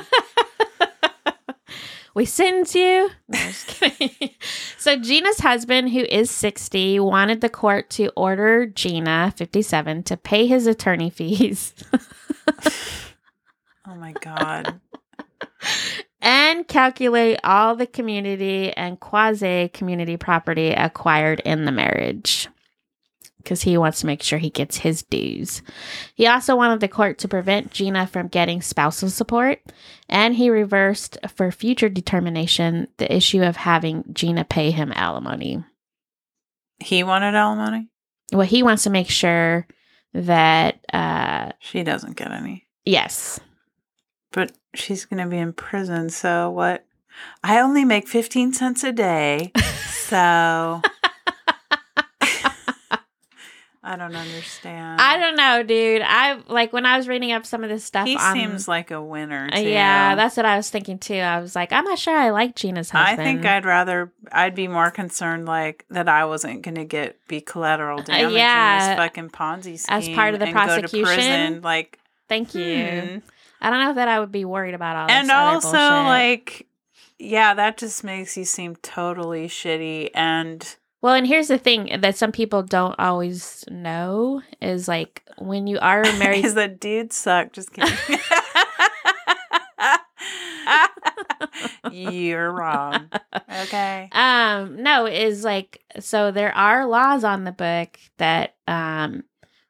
S1: we sentence you. No, I'm just kidding. so Gina's husband, who is 60, wanted the court to order Gina, 57, to pay his attorney fees
S2: oh my God.
S1: and calculate all the community and quasi community property acquired in the marriage. Because he wants to make sure he gets his dues. He also wanted the court to prevent Gina from getting spousal support, and he reversed for future determination the issue of having Gina pay him alimony.
S2: He wanted alimony?
S1: well he wants to make sure that uh
S2: She doesn't get any.
S1: yes
S2: But she's going to be in prison. So what? I only make 15 cents a day. So I don't understand.
S1: i don't know dude i like when i was reading up some of this stuff
S2: He
S1: on-
S2: seems like a winner.
S1: Uh,
S2: Too.
S1: yeah that's what i was thinking too i was like i'm not sure i like gina's
S2: I
S1: husband
S2: think I'd rather I'd be more concerned like that I wasn't going to get be collateral damage in
S1: Uh, yeah.
S2: this fucking Ponzi scheme
S1: As part of the
S2: and Go to
S1: prosecution?
S2: prison, like
S1: thank you
S2: hmm.
S1: i don't know that i would be worried about all this
S2: and
S1: other
S2: also
S1: bullshit.
S2: like yeah, that just makes you seem totally shitty and
S1: well and here's the thing that some people don't always know is like when you are married
S2: is that dude suck? Just kidding. You're wrong. Okay.
S1: um no is like so there are laws on the book that um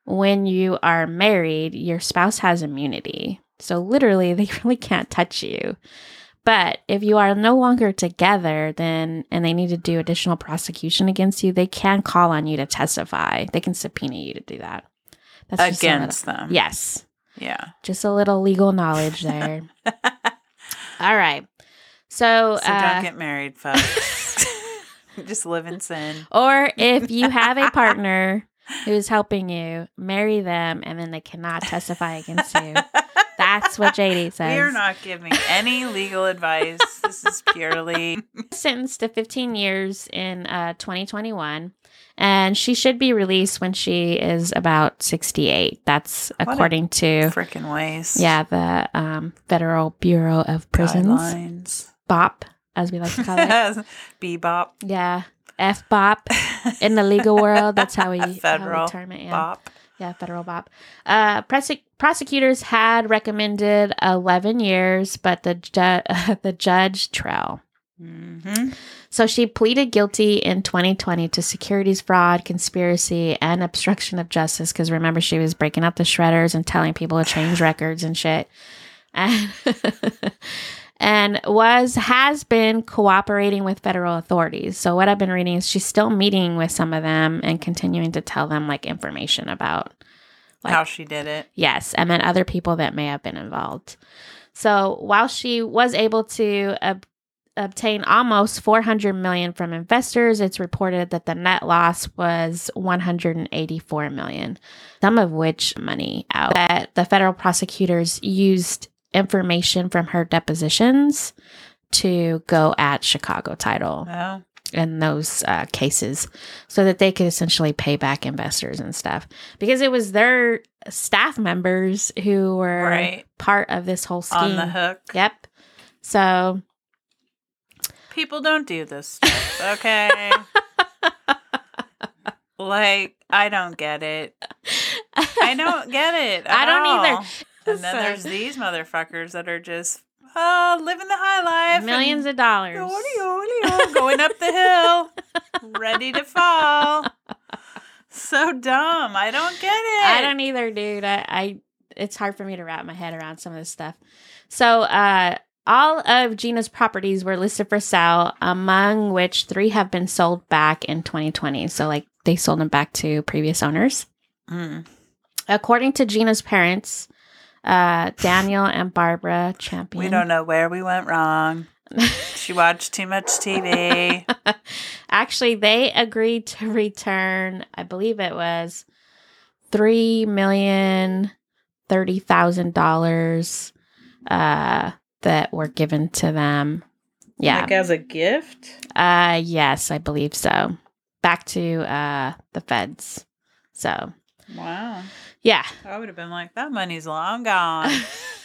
S1: when you are married your spouse has immunity so literally they really can't touch you but if you are no longer together then and they need to do additional prosecution against you they can call on you to testify they can subpoena you to do that just a little-
S2: Against them.
S1: yes
S2: Yeah.
S1: just a little legal knowledge there all right so,
S2: So
S1: uh,
S2: don't get married, folks. Just live in sin.
S1: Or if you have a partner who is helping you marry them and then they cannot testify against you. That's what JD says.
S2: We are not giving any legal advice. This is purely
S1: sentenced to 15 years in uh, 2021, and she should be released when she is about 68. That's
S2: a
S1: according to
S2: freaking ways.
S1: yeah the um, Federal Bureau of Prisons
S2: Guidelines.
S1: BOP as we like to call it.
S2: Bebop.
S1: yeah, F BOP in the legal world. That's how we, how we
S2: Federal
S1: term it. Yeah.
S2: Bop.
S1: Yeah, federal bop. Uh, prose- prosecutors had recommended 11 years, but the ju- the judge trail.
S2: hmm
S1: So she pleaded guilty in 2020 to securities fraud, conspiracy, and obstruction of justice. Because remember, she was breaking up the shredders and telling people to change records and shit. And, and was has been cooperating with federal authorities. So what I've been reading is she's still meeting with some of them and continuing to tell them like information about Like-
S2: How she did it.
S1: Yes, and then other people that may have been involved. So while she was able to ob- obtain almost 400 million from investors, it's reported that the net loss was 184 million, some of which money out that the federal prosecutors used information from her depositions to go at Chicago title
S2: Oh,
S1: in those uh, cases so that they could essentially pay back investors and stuff because it was their staff members who were
S2: right.
S1: part of this whole scheme.
S2: On the hook.
S1: Yep. So
S2: People don't do this stuff, okay? like, I don't get it. I don't get it.
S1: I
S2: at
S1: don't either.
S2: all. And then
S1: So-
S2: there's these motherfuckers that are just uh, living the high life.
S1: millions
S2: and
S1: of dollars.
S2: Oleo, oleo, oh, going up the hill, ready to fall. So dumb. I don't get it.
S1: I don't either, dude. I, I it's hard for me to wrap my head around some of this stuff. So uh all of Gina's properties were listed for sale, among which three have been sold back in 2020. So like they sold them back to previous owners.
S2: Mm.
S1: According to Gina's parents, uh, Daniel and Barbara Champion.
S2: We don't know where we went wrong. She watched too much TV.
S1: Actually, they agreed to return, I believe it was three million thirty thousand dollars uh that were given to them. Yeah.
S2: Like as a gift?
S1: Uh yes, I believe so. Back to uh the feds. So
S2: Wow.
S1: yeah.
S2: I would have been like, that money's long gone.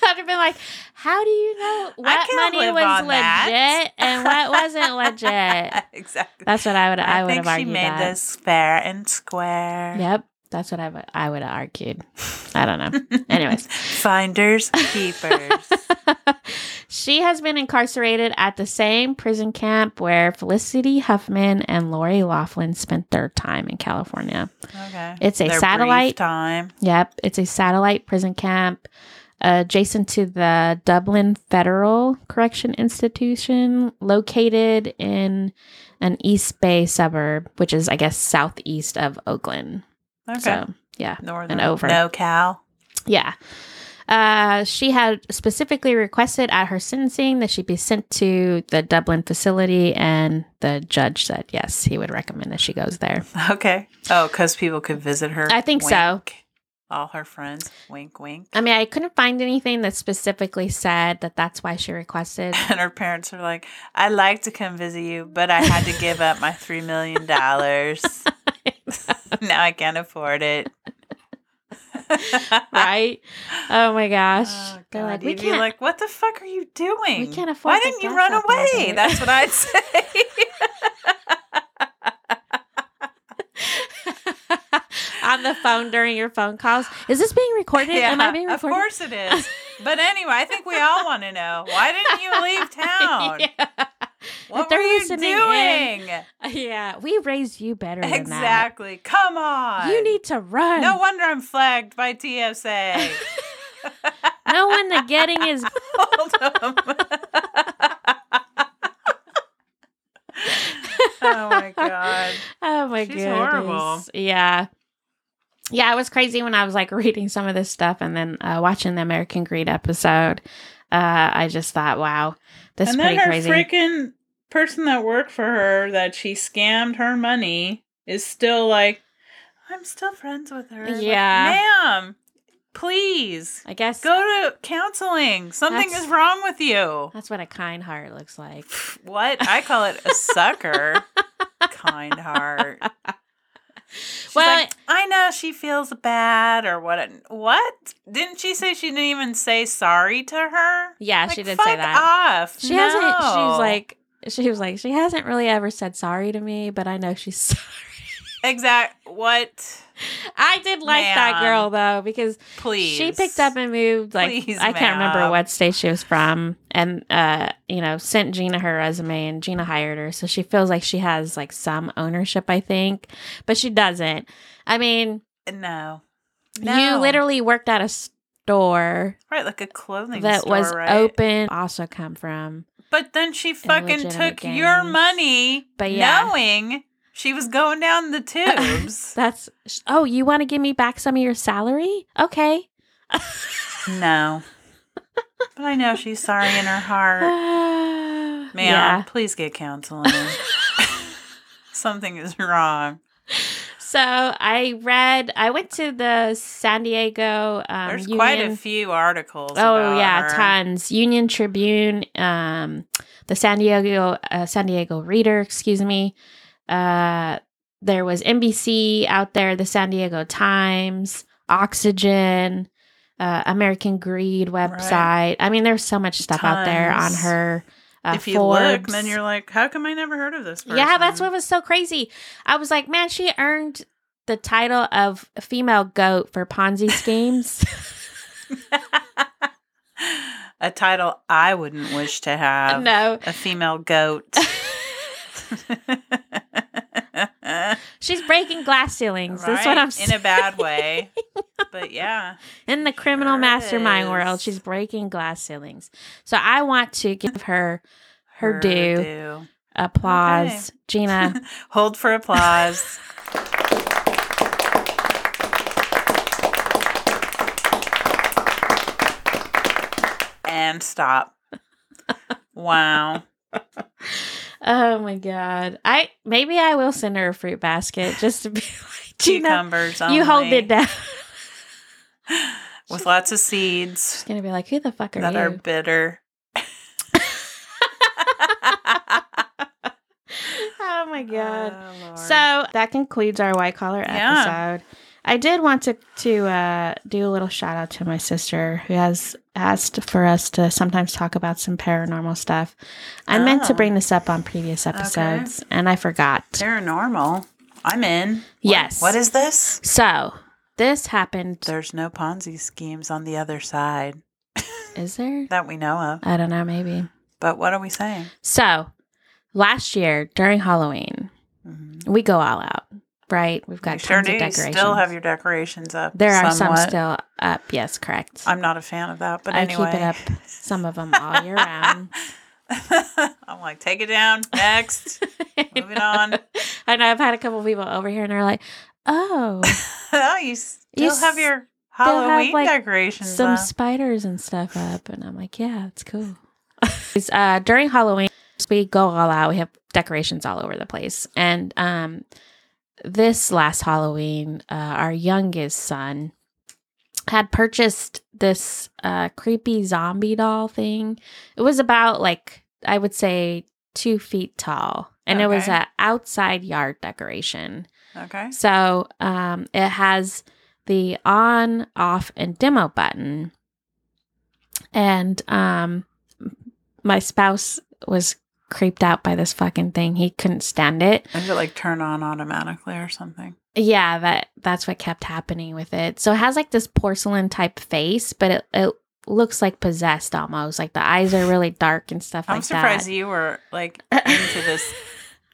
S1: I'd have been like, "How do you know what
S2: can't
S1: money
S2: live
S1: was
S2: on that."
S1: legit and what wasn't legit?"
S2: exactly.
S1: That's what I would. I, would
S2: think
S1: have
S2: she
S1: argued
S2: made
S1: that.
S2: this fair and square.
S1: Yep, that's what I would. I would have argued. I don't know. Anyways,
S2: Finders, keepers.
S1: she has been incarcerated at the same prison camp where Felicity Huffman and Lori Laughlin spent their time in California.
S2: okay.
S1: It's a
S2: Their brief
S1: satellite
S2: time.
S1: Yep, it's a satellite prison camp adjacent to the Dublin Federal Correction Institution, located in an East Bay suburb, which is, I guess, southeast of Oakland.
S2: Okay.
S1: So, yeah.
S2: Northern.
S1: and over.
S2: No cow.
S1: Yeah. Uh, she had specifically requested at her sentencing that she be sent to the Dublin facility, and the judge said yes, he would recommend that she goes there.
S2: Okay. Oh, because people could visit her.
S1: I think so.
S2: Wink. All her friends. Wink, wink.
S1: I mean, I couldn't find anything that specifically said that that's why she requested.
S2: and her parents are like, I'd like to come visit you, but I had to give up my $3 million. now I can't afford it.
S1: right? Oh my gosh.
S2: Oh,
S1: They're like,
S2: God,
S1: we
S2: you'd be
S1: can't.
S2: like, what the fuck are you doing?
S1: we can't afford
S2: Why
S1: the
S2: didn't you
S1: gas
S2: run
S1: up there,
S2: away?
S1: dude."
S2: That's what I'd say.
S1: on the phone during your phone calls. Is this being recorded? Am I being
S2: of
S1: recorded?
S2: course it is. But anyway, I think we all want to know why didn't you leave town?
S1: yeah.
S2: What
S1: they're
S2: were you
S1: listening in,
S2: doing?
S1: yeah, we raised you better than that.
S2: Exactly. Come on.
S1: You need to run.
S2: No wonder I'm flagged by TSA.
S1: no one the getting is.
S2: Hold on. oh my god.
S1: Oh my
S2: She's
S1: goodness.
S2: horrible.
S1: Yeah. Yeah, it was crazy when I was like reading some of this stuff and then uh, watching the American Greed episode. Uh, I just thought, wow, this is
S2: and
S1: pretty
S2: then her
S1: crazy.
S2: freaking person that worked for her that she scammed her money is still like, I'm still friends with her. Like,
S1: Yeah.
S2: ma'am, please
S1: I guess
S2: go to counseling. Something
S1: That's-
S2: is wrong with you.
S1: that's what a kind heart looks like.
S2: What? I call it a sucker. kind heart. She's
S1: Well,
S2: like, I know she feels bad or what. What? Didn't she say she didn't even say sorry to her?
S1: Yeah,
S2: Like,
S1: she did
S2: fuck
S1: say that.
S2: Off.
S1: She hasn't.
S2: No.
S1: She's like. She was like, she hasn't really ever said sorry to me, but I know she's sorry.
S2: exact. What?
S1: I did like that
S2: Ma'am.
S1: girl though because
S2: Please.
S1: she picked up and moved. Like
S2: Please,
S1: I can't remember
S2: ma'am.
S1: what state she was from, and uh, you know, sent Gina her resume, and Gina hired her, so she feels like she has like some ownership, I think, but she doesn't. I mean,
S2: No.
S1: you
S2: No.
S1: literally worked at a store
S2: right like a clothing
S1: that
S2: store,
S1: was
S2: right?
S1: open. Also, come from
S2: But then she fucking
S1: Illegitimate
S2: took your
S1: gains.
S2: money,
S1: But yeah.
S2: knowing she was going down the tubes.
S1: that's. Oh, you want to give me back some of your salary? Okay.
S2: no. But I know she's sorry in her heart.
S1: Ma'am.
S2: Ma'am, please get counseling. Something is wrong.
S1: So I read. I went to the San Diego. Um,
S2: There's
S1: Union,
S2: quite a few articles.
S1: Oh
S2: about
S1: yeah,
S2: her.
S1: tons. Union Tribune, um, the San Diego uh, San Diego Reader, excuse me. Uh, there was NBC out there, the San Diego Times, Oxygen, uh, American Greed website. I mean, there's so much stuff out there on
S2: Tons.
S1: her. Uh,
S2: if you look,
S1: Forbes.
S2: then you're like, how come I never heard of this person?
S1: Yeah, that's what was so crazy. I was like, man, she earned the title of female goat for Ponzi schemes.
S2: a title I wouldn't wish to have.
S1: no,
S2: A female goat.
S1: she's breaking glass ceilings. That's
S2: Right?
S1: what I'm
S2: in a
S1: saying.
S2: bad way. but yeah,
S1: In the criminal
S2: Sure
S1: mastermind
S2: is.
S1: world, she's breaking glass ceilings. So I want to give her her due applause, Gina.
S2: due. Hold for applause. and stop. Wow.
S1: oh my god, I maybe I will send her a fruit basket just to be like Gina.
S2: Cucumbers
S1: You hold
S2: only,
S1: it down.
S2: with lots of seeds
S1: She's gonna be like, who the fuck are
S2: that
S1: you?
S2: are bitter.
S1: oh my god.
S2: Oh, Lord.
S1: So that concludes our white collar
S2: Yeah.
S1: episode. I did want to to uh, do a little shout out to my sister who has asked for us to sometimes talk about some paranormal stuff. I meant to
S2: Oh.
S1: bring this up on previous episodes and I forgot.
S2: paranormal. I'm in. What-
S1: Yes.
S2: what is this?
S1: so this happened.
S2: There's no Ponzi schemes on the other side
S1: Is there?
S2: that we know of.
S1: I don't know. Maybe.
S2: But what are we saying?
S1: So last year during Halloween,
S2: Mhm.
S1: we go all out, right? We've got
S2: You
S1: tons
S2: sure
S1: of
S2: do. You
S1: decorations.
S2: still have your decorations up.
S1: there are some
S2: somewhat.
S1: still up. Yes, correct.
S2: I'm not a fan of that, but
S1: I
S2: anyway.
S1: keep it up some of them all year round.
S2: I'm like, take it down. Next. Moving on.
S1: I know I've had a couple people over here and they're like, "Oh,
S2: oh, you still
S1: You
S2: have your
S1: have,
S2: Halloween
S1: like,
S2: decorations
S1: some
S2: up.
S1: spiders and stuff up," and I'm like, "Yeah, it's cool." It's, uh, during Halloween, we go all out. We have decorations all over the place, and um, this last Halloween, uh, our youngest son had purchased this uh, creepy zombie doll thing. It was about like I would say two feet tall, and it was
S2: Okay.
S1: a outside yard decoration.
S2: okay.
S1: So um, it has the on, off, and demo button. And um, my spouse was creeped out by this fucking thing. He couldn't stand it.
S2: Is it like turn on automatically or something?
S1: Yeah, that that's what kept happening with it. So it has like this porcelain type face, but it, it looks like possessed almost. Like the eyes are really dark and stuff
S2: I'm
S1: like
S2: surprised
S1: that.
S2: you were like into this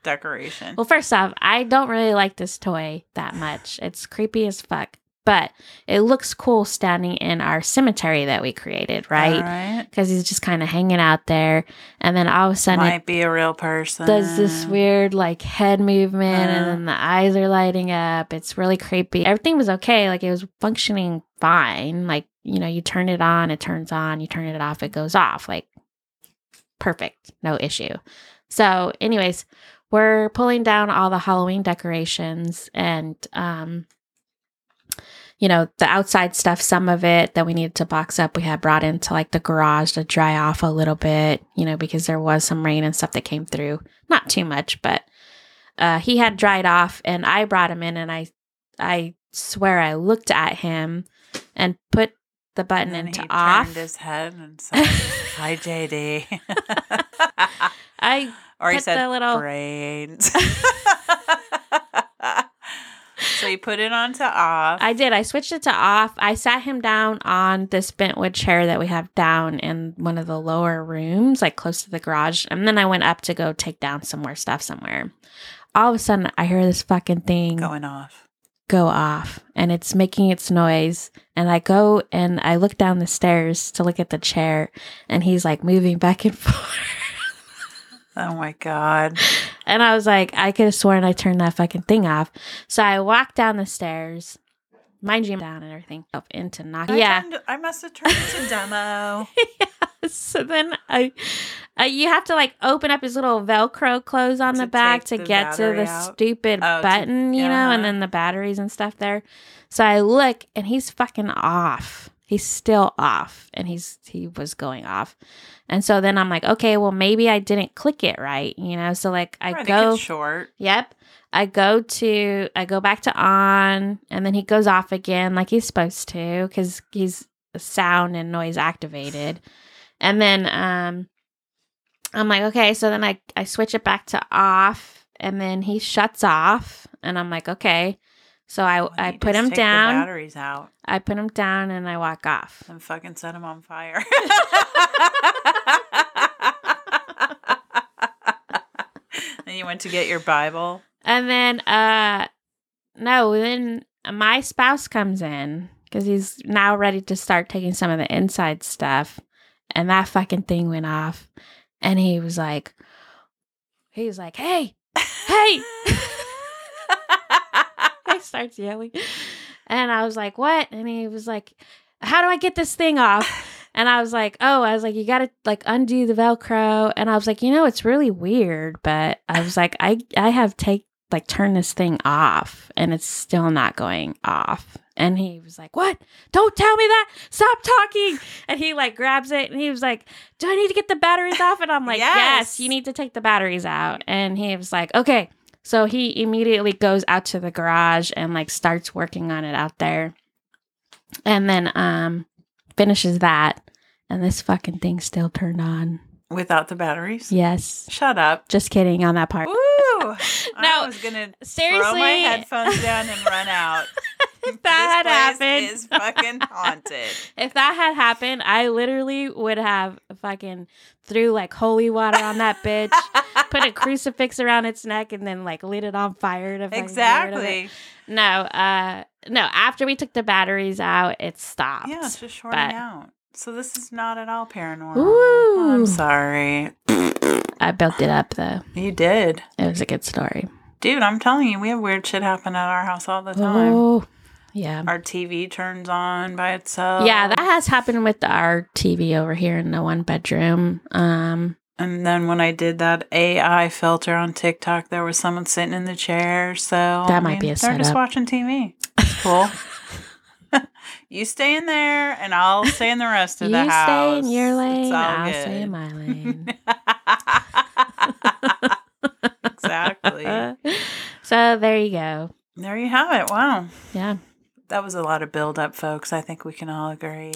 S2: decoration.
S1: Well, first off, I don't really like this toy that much. It's creepy as fuck, but it looks cool standing in our cemetery that we created,
S2: All
S1: right?
S2: right.
S1: Because he's just kind of hanging out there, and then all of a sudden it
S2: Might be a real person.
S1: does this weird like head movement,
S2: Uh-huh.
S1: and then the eyes are lighting up. It's really creepy. Everything was okay, like it was functioning fine. Like you know, you turn it on, it turns on. You turn it off, it goes off. Like perfect, no issue. So, anyways, we're pulling down all the Halloween decorations and um you know, the outside stuff, some of it that we needed to box up, we had brought into like the garage to dry off a little bit, you know, because there was some rain and stuff that came through. Not too much, but uh, he had dried off and I brought him in and I, I swear I looked at him and put the button
S2: And
S1: into
S2: he
S1: off.
S2: Turned his head and said, "Hi, JD."
S1: I
S2: or he
S1: Put
S2: said,
S1: the little-
S2: "Brains." so you put it on to off.
S1: I did. I switched it to off. I sat him down on this bentwood chair that we have down in one of the lower rooms, like close to the garage. And then I went up to go take down some more stuff somewhere. All of a sudden, I hear this fucking thing
S2: going off.
S1: go off and it's making its noise. And I go and I look down the stairs to look at the chair and he's like moving back and forth.
S2: Oh my god!
S1: And I was like, I could have sworn I turned that fucking thing off. So I walked down the stairs, mind you, down and everything up into knock.
S2: I,
S1: Yeah.
S2: turned- I must have turned to demo.
S1: so then I, I, you have to like open up his little Velcro clothes on
S2: To
S1: the back
S2: take
S1: to
S2: the
S1: get to the
S2: battery out.
S1: stupid
S2: Oh, to-
S1: button, you know,
S2: uh-huh.
S1: and then the batteries and stuff there. So I look and he's fucking off. He's still off and he's he was going off. And so then I'm like, okay, well maybe I didn't click it right, you know. So like I
S2: think
S1: go
S2: it's short.
S1: Yep. I go to I go back to on and then he goes off again like he's supposed to cuz he's sound and noise activated. And then um I'm like okay, so then I I switch it back to off and then he shuts off and I'm like okay. So I
S2: Why don't
S1: I
S2: you
S1: put
S2: just
S1: him
S2: take the
S1: down.
S2: batteries out
S1: I put him down and I walk off.
S2: and fucking set him on fire. and you went to get your Bible.
S1: And then uh no, then my spouse comes in cuz he's now ready to start taking some of the inside stuff and that fucking thing went off and he was like he was like, "Hey, hey." he starts yelling. And I was like, "What?" And he was like, "How do I get this thing off?" And I was like, "Oh, I was like, you got to like undo the velcro." And I was like, "You know, it's really weird, but I was like, I I have take like turn this thing off and it's still not going off." And he was like, "What? Don't tell me that. Stop talking." And he like grabs it and he was like, "Do I need to get the batteries off?" And I'm like,
S2: Yes.
S1: "Yes, you need to take the batteries out." And he was like, "Okay." So he immediately goes out to the garage and like starts working on it out there. And then um finishes that and this fucking thing still turned on.
S2: Without the batteries?
S1: Yes.
S2: Shut up.
S1: Just kidding on that part.
S2: Woo! I
S1: No,
S2: was gonna throw
S1: seriously.
S2: my headphones down and run out.
S1: If that
S2: This
S1: had
S2: place
S1: happened.
S2: Is fucking haunted.
S1: If that had happened, I literally would have fucking threw like holy water on that bitch, put a crucifix around its neck and then like lit it on fire to fucking get rid of it.
S2: exactly.
S1: No, uh no, after we took the batteries out, it stopped.
S2: Yeah, it's just shorting
S1: but-
S2: out. So this is not at all paranormal.
S1: Ooh.
S2: I'm sorry.
S1: I built it up though.
S2: You did.
S1: It was a good story.
S2: Dude, I'm telling you, we have weird shit happen at our house all the time.
S1: Oh. yeah.
S2: Our TV turns on by itself.
S1: yeah, that has happened with our TV over here in the one bedroom. Um,
S2: and then when I did that AI filter on TikTok, there was someone sitting in the chair. So
S1: That
S2: I
S1: might be a
S2: They're just
S1: setup.
S2: watching TV. It's cool. you stay in there, and I'll stay in the rest of
S1: you
S2: the house.
S1: stay in your lane,
S2: It's all
S1: I'll
S2: good.
S1: stay in my lane.
S2: exactly.
S1: so there you go.
S2: There you have it. Wow.
S1: Yeah.
S2: That was a lot of build up, folks. I think we can all agree.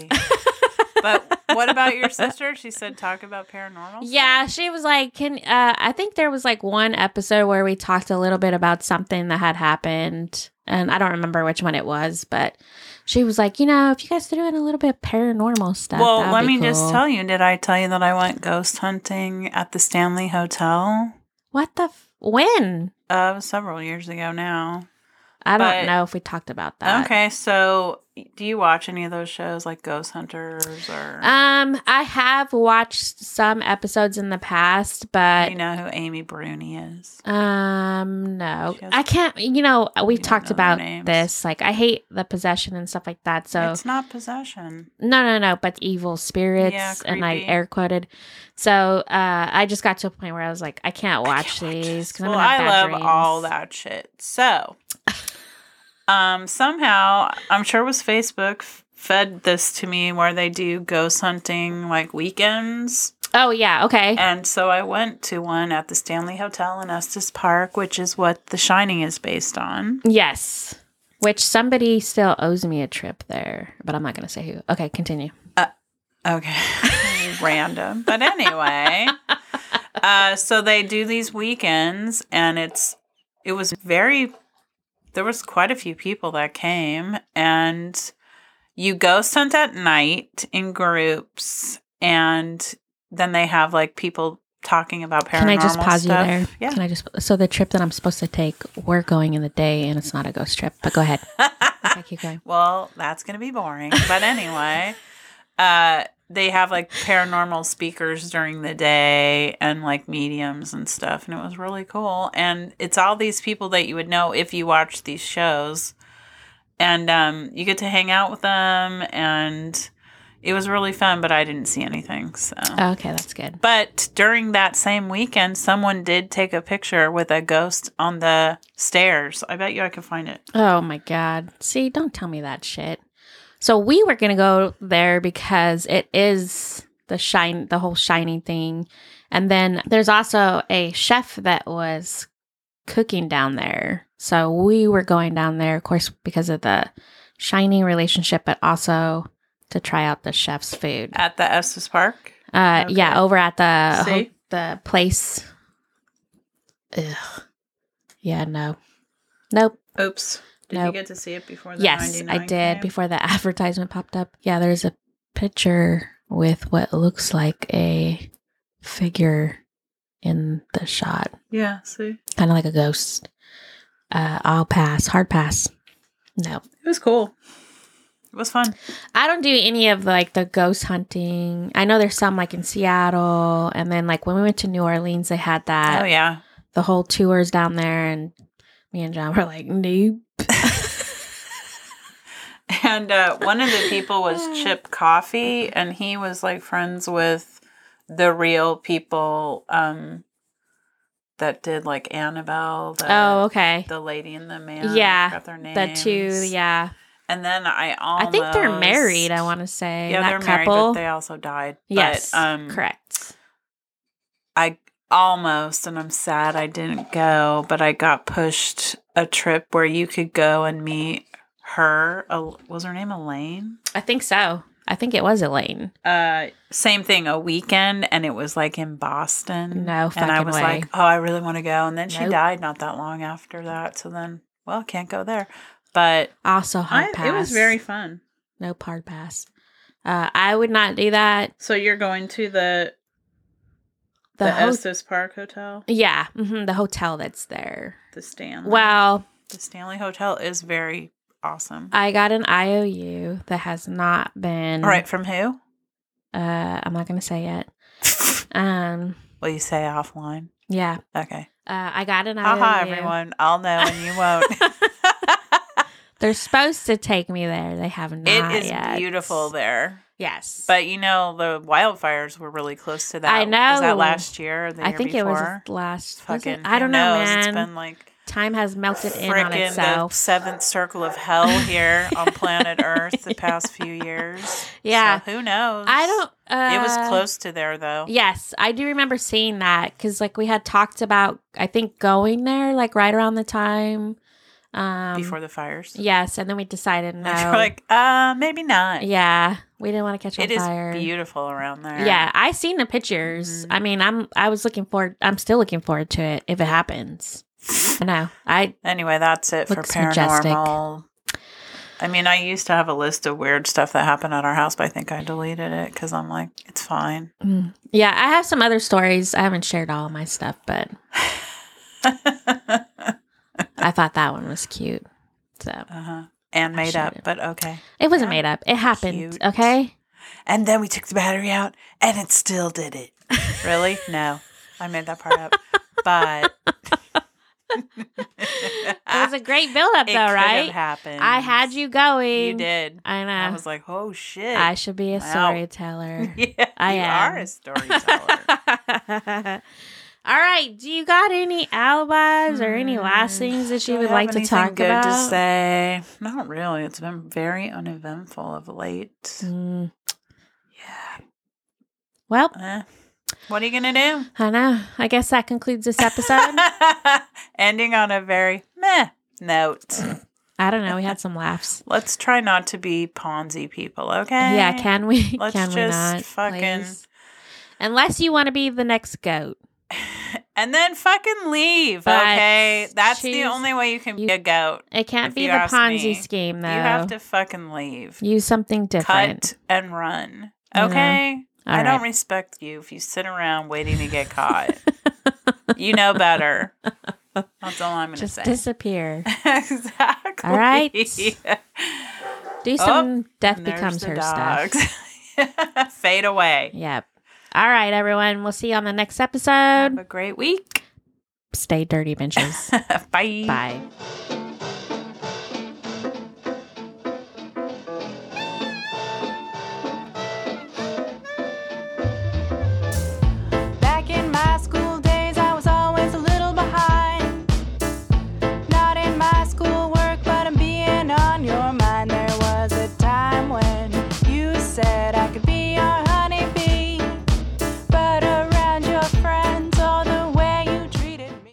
S2: but what about your sister? She said talk about paranormal.
S1: Yeah, she was like, "Can uh, I think there was like one episode where we talked a little bit about something that had happened, and I don't remember which one it was, but she was like, you know, if you guys are doing a little bit of paranormal stuff,
S2: Well,
S1: that'd
S2: let
S1: be
S2: me just
S1: cool."
S2: tell you. Did I tell you that I went ghost hunting at the Stanley Hotel?
S1: what the f- when
S2: Uh, several years ago now.
S1: I don't
S2: But-
S1: know if we talked about that.
S2: okay, so do you watch any of those shows like Ghost Hunters or?
S1: Um, I have watched some episodes in the past,
S2: you
S1: but
S2: know who Amy Bruni is?
S1: um, no,
S2: She has-
S1: I can't. You know,
S2: You
S1: we've
S2: don't
S1: talked
S2: know their
S1: about
S2: names.
S1: this. Like, I hate the possession and stuff like that. So
S2: it's not possession.
S1: no, no, no. But evil spirits, and I
S2: creepy.
S1: air quoted. So uh, I just got to a point where I was like, I can't watch
S2: can't watch
S1: these
S2: this.
S1: because I'm
S2: well,
S1: gonna have
S2: I
S1: bad
S2: love
S1: dreams.
S2: all that shit. So Um, somehow, I'm sure it was Facebook f- fed this to me where they do ghost hunting like weekends.
S1: Oh yeah, okay.
S2: And so I went to one at the Stanley Hotel in Estes Park, which is what The Shining is based on.
S1: yes. Which somebody still owes me a trip there, but I'm not going to say who. Okay, continue.
S2: Okay. Random. But anyway. Uh, so they do these weekends and it's it was very there was quite a few people that came and you ghost hunt at night in groups and then they have like people talking about paranormal
S1: Can I just pause
S2: stuff.
S1: you there?
S2: Yeah.
S1: Can I just so the trip that I'm supposed to take, we're going in the day and it's not a ghost trip. But go ahead. okay, keep going.
S2: Well, that's going to be boring. But anyway, uh, they have like paranormal speakers during the day and like mediums and stuff. And it was really cool. And it's all these people that you would know if you watch these shows. And um, you get to hang out with them. And it was really fun, but I didn't see anything. So.
S1: Okay, that's good.
S2: But during that same weekend, someone did take a picture with a ghost on the stairs. I bet you I could find it.
S1: Oh my god. See, don't tell me that shit. So we were gonna go there because it is the shine the whole shiny thing. And then there's also a chef that was cooking down there. So we were going down there, of course, because of the shining relationship, but also to try out the chef's food.
S2: At the Estes Park.
S1: Uh,
S2: Uh, Okay.
S1: yeah, over at the ho-
S2: See?
S1: the place. Ugh. Yeah, no, nope.
S2: Oops. Did you
S1: Nope.
S2: get to see it before the
S1: Yes,
S2: 99
S1: I did
S2: came?
S1: before the advertisement popped up. Yeah, there's a picture with what looks like a figure in the shot,
S2: Yeah, see.
S1: kind of like a ghost. Uh, I'll pass, hard pass. No,
S2: It was cool. It was fun.
S1: I don't do any of like the ghost hunting. I know there's some like in Seattle, and then like when we went to New Orleans, they had that.
S2: oh yeah.
S1: the whole tours down there and me and John were like, nope.
S2: And uh, one of the people was Chip Coffee and he was like friends with the real people um that did like Annabelle, the,
S1: oh, okay.
S2: Uh, the lady and the man.
S1: Yeah,
S2: I forgot their
S1: The
S2: names.
S1: two, yeah.
S2: And then I
S1: I
S2: almost
S1: think they're married, I want to say.
S2: Yeah,
S1: that
S2: they're
S1: couple.
S2: married, but they also died.
S1: yes,
S2: but, um,
S1: correct.
S2: I almost, and I'm sad I didn't go, but I got pushed a trip where you could go and meet her. El- was her name Elaine?
S1: I think so. I think it was Elaine.
S2: Uh, same thing, a weekend, and it was like in Boston.
S1: No
S2: and I
S1: fucking
S2: was
S1: way.
S2: like, oh, I really want to go. And then she
S1: Nope.
S2: died not that long after that. So then, well, can't go there. But
S1: Also, hard
S2: I,
S1: pass.
S2: it was very fun.
S1: no hard pass. Uh, I would not do that.
S2: So you're going to the
S1: The, ho-
S2: Estes Park Hotel,
S1: yeah, hmm the hotel that's there.
S2: the Stanley.
S1: Well,
S2: the Stanley Hotel is very awesome.
S1: I got an IOU that has not been.
S2: All right, from who?
S1: Uh, I'm not gonna say it. Um.
S2: Will you say offline?
S1: Yeah.
S2: Okay.
S1: Uh, I got an IOU.
S2: Haha, everyone. I'll know and you won't.
S1: They're supposed to take me there. They have not.
S2: it is
S1: yet.
S2: beautiful there.
S1: Yes,
S2: But you know, the wildfires were really close to that.
S1: I
S2: Was
S1: know.
S2: that last year or the
S1: I
S2: year
S1: think it was
S2: before?
S1: last. was it?
S2: Fucking,
S1: I don't
S2: who
S1: know,
S2: knows?
S1: man.
S2: It's been like
S1: Time has melted in on
S2: freaking the
S1: itself.
S2: seventh circle of hell here on planet Earth the past few years.
S1: Yeah.
S2: So who knows?
S1: I don't. Uh,
S2: it was close to there though.
S1: Yes, I do remember seeing that because like we had talked about. I think going there like right around the time. Um,
S2: before the fires.
S1: Yes, and then we decided no.
S2: You're like, uh, maybe not.
S1: yeah, we didn't want to catch on
S2: It is
S1: fire.
S2: beautiful around there.
S1: Yeah, I seen the pictures.
S2: Mhm.
S1: I mean, I'm I was looking forward. I'm still looking forward to it if it happens. I know. I
S2: Anyway, that's it
S1: Looks
S2: for
S1: majestic.
S2: paranormal. I mean, I used to have a list of weird stuff that happened at our house, but I think I deleted it because I'm like, it's fine.
S1: mm. yeah, I have some other stories. I haven't shared all of my stuff, but
S2: uh-huh.
S1: I thought that one was cute. So
S2: And made
S1: showed
S2: up,
S1: it.
S2: but okay.
S1: it wasn't
S2: Yeah.
S1: made up. It happened.
S2: Cute.
S1: Okay.
S2: And then we took the battery out and it still did it. really? No, I made that part up. But it
S1: It was a great build up
S2: could
S1: though,
S2: have
S1: right?
S2: happened.
S1: I had you going.
S2: You did.
S1: I know.
S2: I
S1: I,
S2: was like, oh shit.
S1: should be a
S2: Wow.
S1: storyteller.
S2: yeah,
S1: I
S2: you
S1: am.
S2: are a storyteller.
S1: All right. Do you got any alibis or any last things that you
S2: Do I
S1: would
S2: Hmm. have
S1: like to
S2: anything
S1: talk
S2: good
S1: about?
S2: to say? Not really. It's been very uneventful of late.
S1: Mm,
S2: Yeah.
S1: well,
S2: Eh. What are you gonna do?
S1: I know. I guess that concludes this episode.
S2: Ending on a very meh note.
S1: I don't know. We had some laughs.
S2: Let's try not to be Ponzi people, okay?
S1: Yeah, can we?
S2: Eh, Let's
S1: can we
S2: just
S1: not?
S2: fucking-
S1: please? Unless you want to be the next goat.
S2: and then fucking leave,
S1: But
S2: okay? That's the
S1: choose-
S2: only way you can
S1: you-
S2: be a goat.
S1: It can't
S2: If
S1: be
S2: you
S1: the
S2: ask
S1: Ponzi
S2: me,
S1: scheme, though.
S2: You have to fucking leave.
S1: use something different.
S2: Cut and run,
S1: You know?
S2: okay?
S1: All
S2: I don't
S1: right.
S2: respect you if you sit around waiting to get caught. you know better. That's all I'm going to
S1: Just
S2: say.
S1: disappear.
S2: exactly.
S1: All right. Do
S2: Oh,
S1: some death
S2: And there's
S1: becomes
S2: the
S1: her
S2: dogs.
S1: stuff.
S2: Fade away.
S1: Yep. All right, everyone. We'll see you on the next
S2: Have
S1: episode.
S2: a great week.
S1: Stay dirty, benches.
S2: Bye.
S1: Bye.